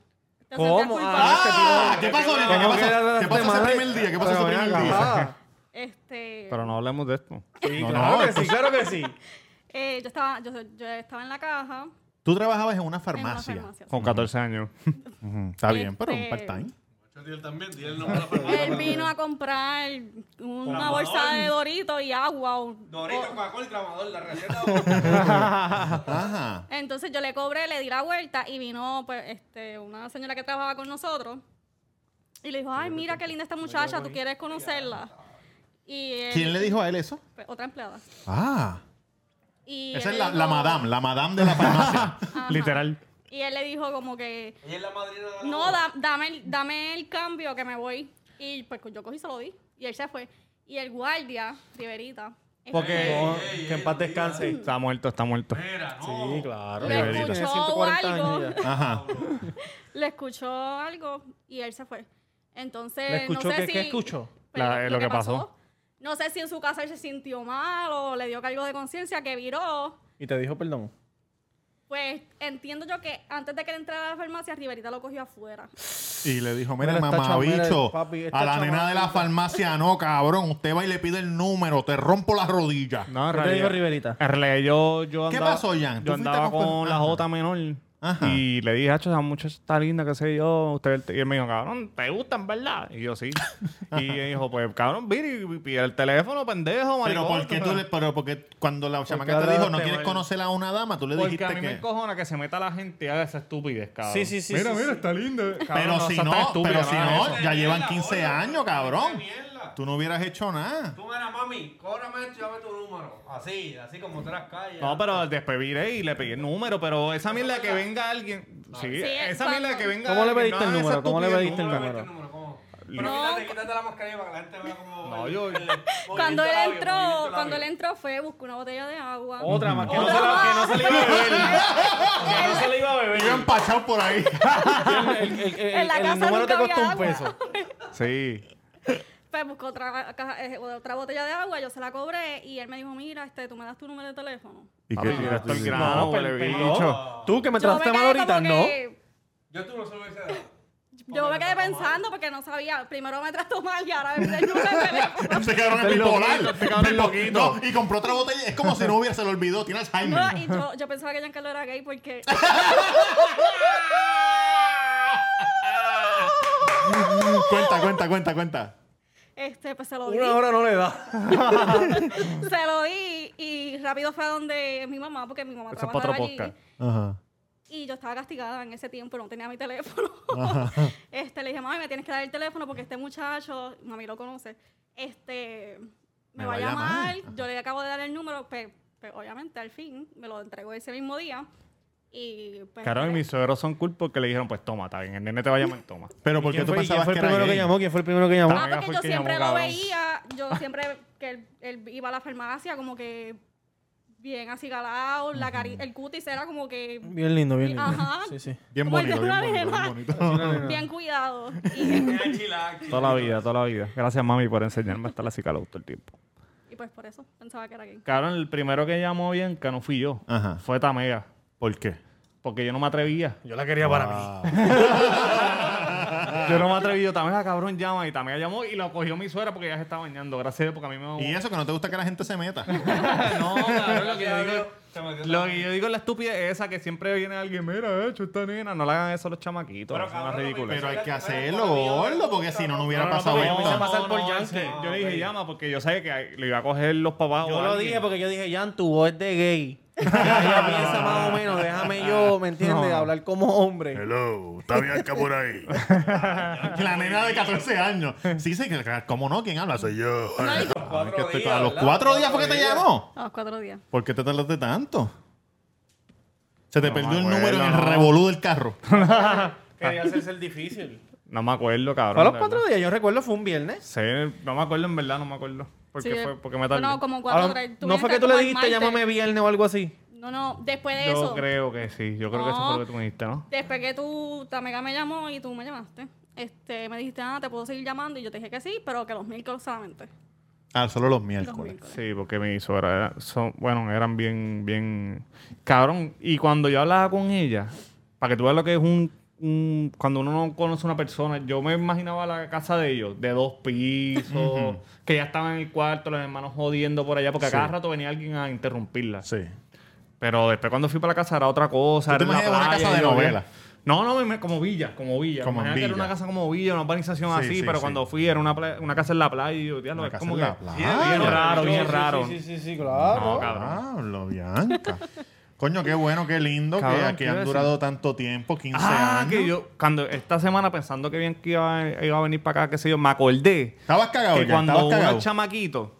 Speaker 1: Te
Speaker 5: ¿Cómo?
Speaker 1: sentías culpable.
Speaker 4: este
Speaker 2: Ah, ¿Qué pasó? Lina?
Speaker 5: ¿Cómo
Speaker 2: ¿Qué
Speaker 5: que
Speaker 2: pasó?
Speaker 5: era
Speaker 2: ¿Qué pasó ese
Speaker 5: madre?
Speaker 2: primer día? ¿Qué pasó ese
Speaker 5: Pero
Speaker 2: primer
Speaker 5: ven
Speaker 2: día?
Speaker 5: acá.
Speaker 1: Este,
Speaker 4: Pero no hablemos de esto.
Speaker 5: Sí,
Speaker 2: No,
Speaker 5: claro
Speaker 2: no,
Speaker 5: que
Speaker 2: esto
Speaker 5: sí, claro que sí.
Speaker 1: eh, yo, estaba, yo, yo estaba en la caja.
Speaker 2: Tú trabajabas en una
Speaker 1: En una
Speaker 2: farmacia.
Speaker 1: farmacia.
Speaker 4: Con 14 años.
Speaker 2: Ujú, Está bien, pero un
Speaker 1: Este-
Speaker 2: part-time.
Speaker 6: Yo di el también, di el nombre de la farmacia.
Speaker 1: Él vino a comprar una bolsa de Doritos y agua. o-
Speaker 6: Dorito,
Speaker 1: o-
Speaker 6: Coca-Cola y tramador, la receta.
Speaker 2: Ajá.
Speaker 1: Entonces yo le cobré, le di la vuelta y vino pues, este, una señora que trabajaba con nosotros y le dijo, ay, mira qué linda esta muchacha, tú quieres conocerla. Y él-
Speaker 2: ¿Quién le dijo a él eso?
Speaker 1: pues, Otra empleada.
Speaker 2: Ah.
Speaker 1: Y
Speaker 2: Esa
Speaker 1: él le
Speaker 2: es la,
Speaker 1: dijo-
Speaker 2: la madame, la madame de la farmacia.
Speaker 1: Ajá.
Speaker 4: Literal.
Speaker 1: Y él le dijo como que,
Speaker 6: Ella es la madrina de la
Speaker 1: no, da- dame, el- dame el cambio que me voy. Y pues yo cogí y se lo di. Y él se fue. Y el guardia, Riverita,
Speaker 5: Porque. que en paz descanse.
Speaker 4: Está muerto, está muerto.
Speaker 6: Mira, no.
Speaker 5: Sí, claro.
Speaker 1: Le
Speaker 5: Tiene
Speaker 1: escuchó
Speaker 5: 140 años
Speaker 1: algo.
Speaker 5: ya.
Speaker 2: Ajá.
Speaker 1: le escuchó algo y él se fue. Entonces,
Speaker 5: ¿Le escuchó
Speaker 1: no sé
Speaker 5: qué-
Speaker 1: si,
Speaker 5: qué escuchó?
Speaker 1: Pero
Speaker 4: La- eh, lo que pasó.
Speaker 1: No sé si en su casa él se sintió mal o le dio cargo de conciencia que viró.
Speaker 5: Y te dijo perdón.
Speaker 1: Pues entiendo yo que antes de que él entrara a la farmacia, Riverita lo cogió afuera.
Speaker 2: Y le dijo, mira,
Speaker 5: Mira, esta
Speaker 2: mamabicho,
Speaker 5: chama- papi, esta
Speaker 2: a la nena
Speaker 5: chamaquita".
Speaker 2: de la farmacia no, cabrón. Usted va y le pide el número, te rompo las rodillas.
Speaker 4: No, en
Speaker 5: ¿Qué te dijo
Speaker 4: realidad.
Speaker 5: Riverita?
Speaker 4: En realidad yo, yo
Speaker 2: ¿Qué
Speaker 4: andaba...
Speaker 2: pasó, Jan? ¿Tú
Speaker 4: Yo
Speaker 2: fuiste
Speaker 4: andaba
Speaker 2: con-
Speaker 4: con la
Speaker 2: Ajá.
Speaker 4: J menor.
Speaker 2: Ajá.
Speaker 4: Y le dije, hacho, esa muchacha está linda, qué sé yo. Usted, y él me dijo, cabrón, ¿te gustan, verdad? Y yo, sí. y él dijo, pues, cabrón, viri, pide el teléfono, pendejo,
Speaker 2: Pero
Speaker 4: maricón.
Speaker 2: porque tú le, pero porque cuando la chamaca te
Speaker 5: ahora
Speaker 2: dijo no
Speaker 5: te
Speaker 2: quieres
Speaker 5: vuelve.
Speaker 2: conocer a una dama, tú le
Speaker 4: Porque a
Speaker 2: dijiste
Speaker 4: mí me
Speaker 2: que.
Speaker 4: encojona que se meta la gente y haga esa estupidez, cabrón.
Speaker 5: Sí, sí, sí.
Speaker 4: Mira,
Speaker 5: sí,
Speaker 4: mira,
Speaker 5: sí.
Speaker 4: está linda.
Speaker 2: Pero si no, pero si no, ya llevan 15
Speaker 6: Mierda,
Speaker 2: años, cabrón.
Speaker 6: mierda.
Speaker 2: Tú no hubieras hecho nada.
Speaker 6: Tú mira, mami, cóbrame esto y dame tu número. Así, así como te las calles.
Speaker 4: No, pero después viré y le pedí el número, pero esa mierda que venga alguien... Sí, esa mierda
Speaker 1: cuando-
Speaker 4: que venga
Speaker 5: ¿Cómo le
Speaker 4: alguien, no
Speaker 5: pediste el
Speaker 4: haga esa
Speaker 5: número? ¿Cómo le
Speaker 4: estupidez,
Speaker 5: pediste el
Speaker 6: ¿Cómo le metiste
Speaker 5: número?
Speaker 6: el Este número? ¿Cómo? Pero
Speaker 1: No.
Speaker 6: quítate, quítate la mascarilla para que la gente vea cómo...
Speaker 4: No, yo-
Speaker 1: Cuando él entró, cuando él entró fue, buscó una botella de agua.
Speaker 5: Otra más, que no,
Speaker 1: Otra
Speaker 5: se la, que no
Speaker 1: más.
Speaker 5: se le iba a beber. que no se le iba a beber.
Speaker 2: Yo empachado por ahí.
Speaker 5: El, el- el-
Speaker 1: En la
Speaker 5: el
Speaker 1: casa
Speaker 5: número te
Speaker 1: nunca
Speaker 5: costó un
Speaker 1: había
Speaker 5: peso.
Speaker 1: agua.
Speaker 4: Sí.
Speaker 1: Pues buscó otra, caja- eh, otra botella de agua, yo se la cobré y él me dijo, mira, este, tú me das tu número de teléfono.
Speaker 2: ¿Y
Speaker 4: Papi, mira, esto es
Speaker 2: pues,
Speaker 4: el grano,
Speaker 5: No,
Speaker 4: huele
Speaker 5: pero
Speaker 4: bicho.
Speaker 5: Tú que me
Speaker 1: Yo
Speaker 5: Pues trataste mal
Speaker 1: quedé
Speaker 5: ahorita,
Speaker 1: como
Speaker 5: no.
Speaker 1: que-
Speaker 6: Yo tú no se lo hubiese dado.
Speaker 1: Yo me quedé pensando porque no sabía. Primero me trató mal y ahora me el número de teléfono.
Speaker 2: Este cabrón es
Speaker 4: Este loquito,
Speaker 2: bipolar.
Speaker 4: este cabrón es
Speaker 2: Bipo-
Speaker 4: loquito.
Speaker 2: No, y compró otra botella. Es como si no hubiera, se lo olvidó. Tiene
Speaker 1: No,
Speaker 2: Alzheimer.
Speaker 1: y yo, yo pensaba que Giancarlo era gay porque
Speaker 2: cuenta, cuenta, cuenta, cuenta.
Speaker 1: este, pues se lo di.
Speaker 5: Una hora no le da.
Speaker 1: Se lo di y rápido fue a donde mi mamá, porque mi mamá
Speaker 4: Eso es para
Speaker 1: trabajaba
Speaker 4: otro
Speaker 1: allí.
Speaker 4: podcast.
Speaker 2: Ajá.
Speaker 1: Y yo estaba castigada en ese tiempo, no tenía mi teléfono. este, le dije, mami, me tienes que dar el teléfono porque este muchacho, mami lo conoce, este, me, va a llamar. Yo le acabo de dar el número, pero obviamente al fin me lo entregó ese mismo día. Y pues,
Speaker 4: Claro, y
Speaker 1: entré.
Speaker 4: mis suegros son cool porque le dijeron, pues toma, está bien, el nene te va a llamar, toma.
Speaker 2: Pero porque
Speaker 5: ¿Quién
Speaker 2: tú
Speaker 5: fue, quién
Speaker 2: pensabas
Speaker 5: fue
Speaker 2: que
Speaker 5: el
Speaker 2: era
Speaker 5: primero que
Speaker 2: gay?
Speaker 5: llamó? ¿Quién fue el primero que llamó?
Speaker 1: Ah,
Speaker 4: Amiga,
Speaker 1: porque
Speaker 4: fue
Speaker 1: yo
Speaker 4: el que
Speaker 1: siempre
Speaker 4: llamó,
Speaker 1: lo
Speaker 4: cabrón.
Speaker 1: veía, yo siempre que él, él iba a la farmacia como que bien así galado, la cari- el cutis era como que
Speaker 5: Bien lindo, bien lindo.
Speaker 1: Ajá.
Speaker 5: Sí, sí.
Speaker 2: Bien
Speaker 1: Como el de
Speaker 2: bonito, bien
Speaker 1: una
Speaker 2: bonito, bien
Speaker 1: nena.
Speaker 2: bonito.
Speaker 1: bien cuidado. Y,
Speaker 6: Mira, chilax.
Speaker 4: Toda la vida, toda la vida. Gracias, mami, por enseñarme a estar así calado todo el tiempo.
Speaker 1: y pues por eso pensaba que era gay.
Speaker 4: Cabrón, el primero que llamó a Bianca no fui yo.
Speaker 2: Ajá.
Speaker 4: Fue Tamega.
Speaker 2: ¿Por qué?
Speaker 4: porque yo no me atrevía.
Speaker 7: Yo la quería para mí.
Speaker 4: Yo no me atreví. Yo también, cabrón, llama. Y también llamó y lo cogió mi suegra porque ella se estaba bañando. Gracias a Dios, porque a mí me...
Speaker 2: Y eso que no te gusta que la gente se meta.
Speaker 4: no, cabrón, lo que yo digo...
Speaker 6: Se metió
Speaker 4: Lo que yo digo es la estúpida es esa que siempre viene alguien, mira, eh, hecho esta nena, no le hagan eso a los chamaquitos,
Speaker 6: Pero,
Speaker 4: es una
Speaker 6: cabrón,
Speaker 4: ridícula.
Speaker 2: Pero hay que hacerlo, gordo, porque si no, no hubiera
Speaker 4: No, no,
Speaker 2: pasado
Speaker 4: porque yo me hice
Speaker 2: esto.
Speaker 4: pasar
Speaker 5: No,
Speaker 4: por
Speaker 5: no,
Speaker 4: Yankee.
Speaker 5: no,
Speaker 4: yo le dije, llama, porque yo sabía que le iba a coger los papás
Speaker 5: Yo
Speaker 4: o
Speaker 5: lo
Speaker 4: alguien.
Speaker 5: dije porque yo dije, Jan, tu voz es de gay. Ella piensa más o menos, déjame yo, ¿me entiendes? Hablar como hombre.
Speaker 2: Hello, está Bianca por ahí. la nena de 14 años. Sí, sí, que- ¿cómo no? ¿Quién habla? Soy yo. Ay, que estoy-
Speaker 7: días,
Speaker 2: a
Speaker 7: ¿verdad?
Speaker 2: los cuatro
Speaker 7: Cuatro
Speaker 2: días fue que te
Speaker 7: días.
Speaker 2: llamó.
Speaker 1: A los cuatro días.
Speaker 2: ¿Por qué te tardaste tanto? Se te
Speaker 4: No
Speaker 2: perdió
Speaker 4: me
Speaker 2: el
Speaker 4: acuerdo,
Speaker 2: número en el
Speaker 4: no.
Speaker 2: revolú del carro.
Speaker 7: Quería hacerse el difícil.
Speaker 4: No me acuerdo,
Speaker 5: Fue a
Speaker 4: cabrón.
Speaker 5: los
Speaker 4: de
Speaker 5: cuatro días, yo recuerdo, fue un viernes.
Speaker 4: verdad. Sí, no me acuerdo, en verdad, no me acuerdo. Porque
Speaker 1: Sí,
Speaker 4: fue, porque me tardé.
Speaker 1: Bueno, como
Speaker 5: A
Speaker 1: cuatro
Speaker 5: lo-
Speaker 1: horas.
Speaker 5: no
Speaker 1: viniste
Speaker 5: fue que tú le
Speaker 1: como el
Speaker 5: dijiste,
Speaker 1: martes.
Speaker 5: llámame viernes o algo así.
Speaker 1: No, no, después de
Speaker 4: yo
Speaker 1: eso.
Speaker 4: creo que sí, yo creo que eso fue lo que tú me dijiste, ¿no?
Speaker 1: Después que tú, Tamega me llamó y tú me llamaste. Este, me dijiste, ah, te puedo seguir llamando. Y yo te dije que sí, pero que los miércoles solamente.
Speaker 2: Ah, solo los
Speaker 1: Los
Speaker 2: miércoles.
Speaker 1: miércoles.
Speaker 4: Sí, porque mi suegra era- son, bueno, eran bien, bien cabrón. Y cuando yo hablaba con ella, para que tú veas lo que es un, un- cuando uno no conoce a una persona, yo me imaginaba la casa de ellos, de dos pisos, que ya estaban en el cuarto, los hermanos jodiendo por allá, porque a cada rato venía alguien a interrumpirla.
Speaker 2: Sí.
Speaker 4: Pero después cuando fui para la casa era otra cosa.
Speaker 2: ¿Tú te
Speaker 4: era en la
Speaker 2: imaginas una
Speaker 4: playa,
Speaker 2: casa de
Speaker 4: y yo-
Speaker 2: novela?
Speaker 4: No, no, me- me- como villa, como villa.
Speaker 2: Como en
Speaker 4: Imagínate que era
Speaker 2: villa.
Speaker 4: una casa como villa, una urbanización
Speaker 2: Sí,
Speaker 4: así,
Speaker 2: sí,
Speaker 4: pero
Speaker 2: sí.
Speaker 4: cuando fui era una, pla- una casa en la playa y yo, diablo,
Speaker 2: Una
Speaker 4: es
Speaker 2: casa
Speaker 4: como
Speaker 2: en
Speaker 4: que
Speaker 2: la playa.
Speaker 4: bien raro, bien raro.
Speaker 7: Sí, sí, sí, sí, claro.
Speaker 2: Ah,
Speaker 4: No, cabrón.
Speaker 2: Pablo, Bianca. Coño, qué bueno, qué lindo que
Speaker 4: Cabrón,
Speaker 2: aquí
Speaker 4: ¿qué iba
Speaker 2: han
Speaker 4: a
Speaker 2: durado tanto tiempo, 15
Speaker 4: Ah,
Speaker 2: años.
Speaker 4: que yo, cuando esta semana pensando que bien que iba, iba a venir para acá, qué sé yo, me acordé
Speaker 2: Estabas cagado, ya,
Speaker 4: que
Speaker 2: estabas
Speaker 4: cuando uno
Speaker 2: cagado.
Speaker 4: es chamaquito,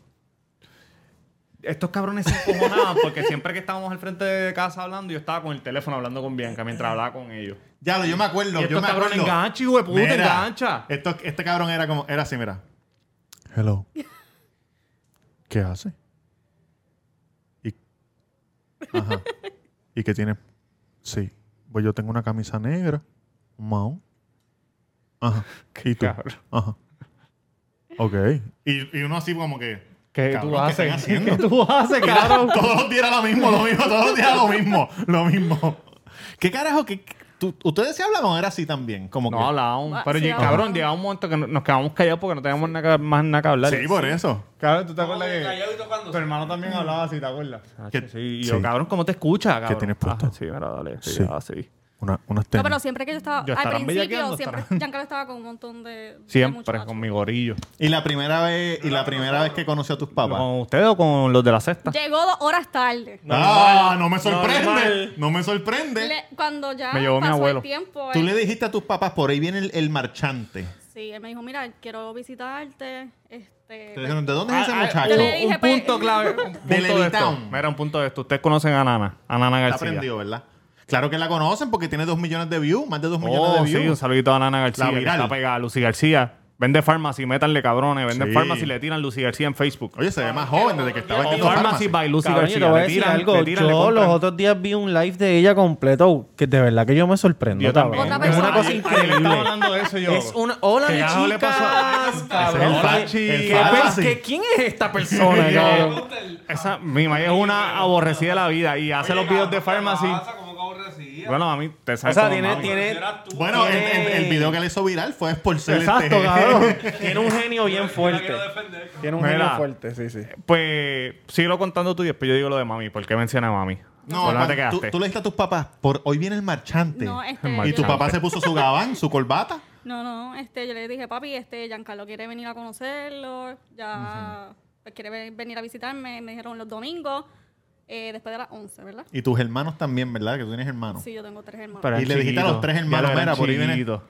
Speaker 4: estos cabrones se encojonaban porque siempre que estábamos al frente de casa hablando, yo estaba con el teléfono hablando con Bianca mientras hablaba con ellos.
Speaker 2: Ya lo, yo me acuerdo,
Speaker 4: Y
Speaker 2: yo
Speaker 4: estos
Speaker 2: me
Speaker 4: cabrones
Speaker 2: acuerdo.
Speaker 4: engancha, hijo de puta,
Speaker 2: Mira,
Speaker 4: engancha.
Speaker 2: esto- este cabrón era como, era así, mira. Hello. ¿Qué hace? Y, ajá. ¿Y qué tiene? Sí. Pues yo tengo una camisa negra, un maón. Ajá. ¿Y tú?
Speaker 4: cabrón.
Speaker 2: Ajá. Ok. Y, y uno así como que.
Speaker 4: ¿Qué
Speaker 2: cabrón,
Speaker 4: tú
Speaker 2: están
Speaker 4: haces?
Speaker 2: haciendo?
Speaker 4: ¿Qué tú haces, cabrón?
Speaker 2: Todos los días era lo mismo, lo mismo, todos los días era lo mismo, lo mismo. ¿Qué carajo? ¿Qué, tú- ¿Ustedes se hablaban o era así también? Como que,
Speaker 4: No hablábamos.
Speaker 1: Ah,
Speaker 4: Pero
Speaker 1: sí,
Speaker 4: lleg-
Speaker 1: hablaban.
Speaker 4: cabrón, llegaba un momento que no- nos quedamos callados porque no teníamos nada que- más nada que hablar.
Speaker 2: sí, por eso.
Speaker 4: Cabrón, ¿tú te
Speaker 6: Como que callado y tocándose.
Speaker 4: hermano también hablaba así, ¿te acuerdas?
Speaker 2: Que-
Speaker 4: Ah, sí, y yo,
Speaker 2: sí.
Speaker 4: cabrón, ¿cómo te escucha, cabrón?
Speaker 2: tienes puesto?
Speaker 4: Ah, sí, mira, dale. Sí,
Speaker 2: Sí.
Speaker 4: ah, sí.
Speaker 2: Una, unas
Speaker 1: No,
Speaker 2: tenis.
Speaker 1: pero siempre que yo estaba.
Speaker 4: Yo
Speaker 1: al
Speaker 4: estarán
Speaker 1: principio,
Speaker 4: bellaqueando,
Speaker 1: siempre.
Speaker 4: estarán.
Speaker 1: Giancarlo estaba con un montón de. de
Speaker 4: Siempre
Speaker 1: muchachos.
Speaker 4: con mi gorillo.
Speaker 2: Y la primera vez, y la primera vez que conoció a tus
Speaker 5: Ah,
Speaker 2: papás.
Speaker 4: ¿Con ustedes o con los de la cesta?
Speaker 1: Llegó dos horas tarde.
Speaker 2: ah, no me sorprende.
Speaker 7: Normal.
Speaker 2: No me sorprende.
Speaker 1: Le- cuando ya
Speaker 4: Me llevó mi
Speaker 1: pasó
Speaker 4: abuelo.
Speaker 1: el tiempo.
Speaker 2: Tú
Speaker 1: él-
Speaker 2: le dijiste a tus papás, por ahí viene el, el marchante.
Speaker 1: Sí, él me dijo, mira, quiero visitarte. Este,
Speaker 2: Te dijeron, ¿de
Speaker 4: Ah,
Speaker 2: dónde es ese
Speaker 1: yo
Speaker 2: muchacho?
Speaker 1: le dije,
Speaker 4: un punto
Speaker 1: pues-
Speaker 4: clave. Un punto de esto.
Speaker 2: Levitown.
Speaker 4: Mira, un punto de esto. Ustedes conocen a Nana, a Nana
Speaker 2: Está
Speaker 4: García.
Speaker 2: aprendido, ¿verdad? Claro que la conocen porque tiene dos millones de views, más de dos millones
Speaker 4: Oh,
Speaker 2: de
Speaker 4: sí, un
Speaker 2: views.
Speaker 4: saludito a Nana
Speaker 2: La
Speaker 4: García. que
Speaker 2: viral.
Speaker 4: está pegada. Lucy García. Vende Pharmacy, métanle cabrones. Vende
Speaker 2: Sí.
Speaker 4: Pharmacy, le tiran Lucy García en Facebook.
Speaker 2: Oye, se ve
Speaker 1: Ah,
Speaker 2: más joven desde que estaba
Speaker 4: O
Speaker 2: en
Speaker 4: Pharmacy by Lucy
Speaker 5: Cabrón, yo te
Speaker 4: García.
Speaker 5: voy a
Speaker 4: le
Speaker 5: decir
Speaker 4: tiran,
Speaker 5: algo.
Speaker 4: le tiran, le
Speaker 5: Yo
Speaker 4: compran.
Speaker 5: los otros días vi un live de ella completo que de verdad que yo me sorprendo.
Speaker 4: Yo
Speaker 5: cabrón.
Speaker 4: también.
Speaker 1: Otra
Speaker 5: Es una
Speaker 1: persona.
Speaker 5: cosa
Speaker 1: Ayer-
Speaker 5: increíble.
Speaker 4: estaba hablando de eso yo.
Speaker 5: Es una... Hola,
Speaker 4: Que
Speaker 5: mi
Speaker 4: ya no le pasó.
Speaker 5: chicas, cabrón.
Speaker 2: el fa-
Speaker 5: ¿Qué-
Speaker 2: el
Speaker 5: qué-
Speaker 2: falaci.
Speaker 5: qué- ¿Quién es esta persona,
Speaker 4: Que-
Speaker 5: cabrón?
Speaker 4: Esa, mi madre es una aborrecida de la vida y hace los videos de Pharmacy.
Speaker 6: ¿Cómo que aborrecía?
Speaker 4: Bueno, a mí te
Speaker 5: O
Speaker 4: sabes
Speaker 5: sea,
Speaker 4: cómo
Speaker 5: tiene,
Speaker 4: mami.
Speaker 5: tiene,
Speaker 6: Eras tú.
Speaker 2: Bueno, el, el- el video que le hizo viral fue por ser
Speaker 4: Exacto,
Speaker 2: este-
Speaker 4: cabrón.
Speaker 5: tiene un genio bien
Speaker 6: Yo la
Speaker 5: fuerte.
Speaker 6: quiero defender.
Speaker 7: Tiene un
Speaker 4: Mira.
Speaker 7: genio fuerte, sí, sí.
Speaker 4: Pues síguelo contando tú y después yo digo lo de mami. ¿Por qué menciona a mami?
Speaker 2: No,
Speaker 4: ¿Por dónde
Speaker 2: cuando-
Speaker 4: te quedaste?
Speaker 2: tú, tú le dijiste a tus papás, por hoy viene el marchante.
Speaker 1: No, este,
Speaker 4: Y
Speaker 1: yo
Speaker 2: y
Speaker 1: le-
Speaker 2: tu papá se puso su gabán, su corbata.
Speaker 1: No, no, este, yo le dije, papi, este, Giancarlo quiere venir a conocerlo, ya pues, quiere ven- venir a visitarme, me dijeron los domingos, eh, después de las 11, ¿verdad?
Speaker 2: Y tus hermanos también, ¿verdad? Que tú tienes hermanos.
Speaker 1: Sí, yo tengo tres hermanos.
Speaker 4: Pero
Speaker 2: Y
Speaker 4: eran
Speaker 2: le dijiste a los
Speaker 4: chiquitos.
Speaker 2: tres hermanos,
Speaker 4: Ya eran
Speaker 2: mira, por ahí viene-
Speaker 4: chiquitos.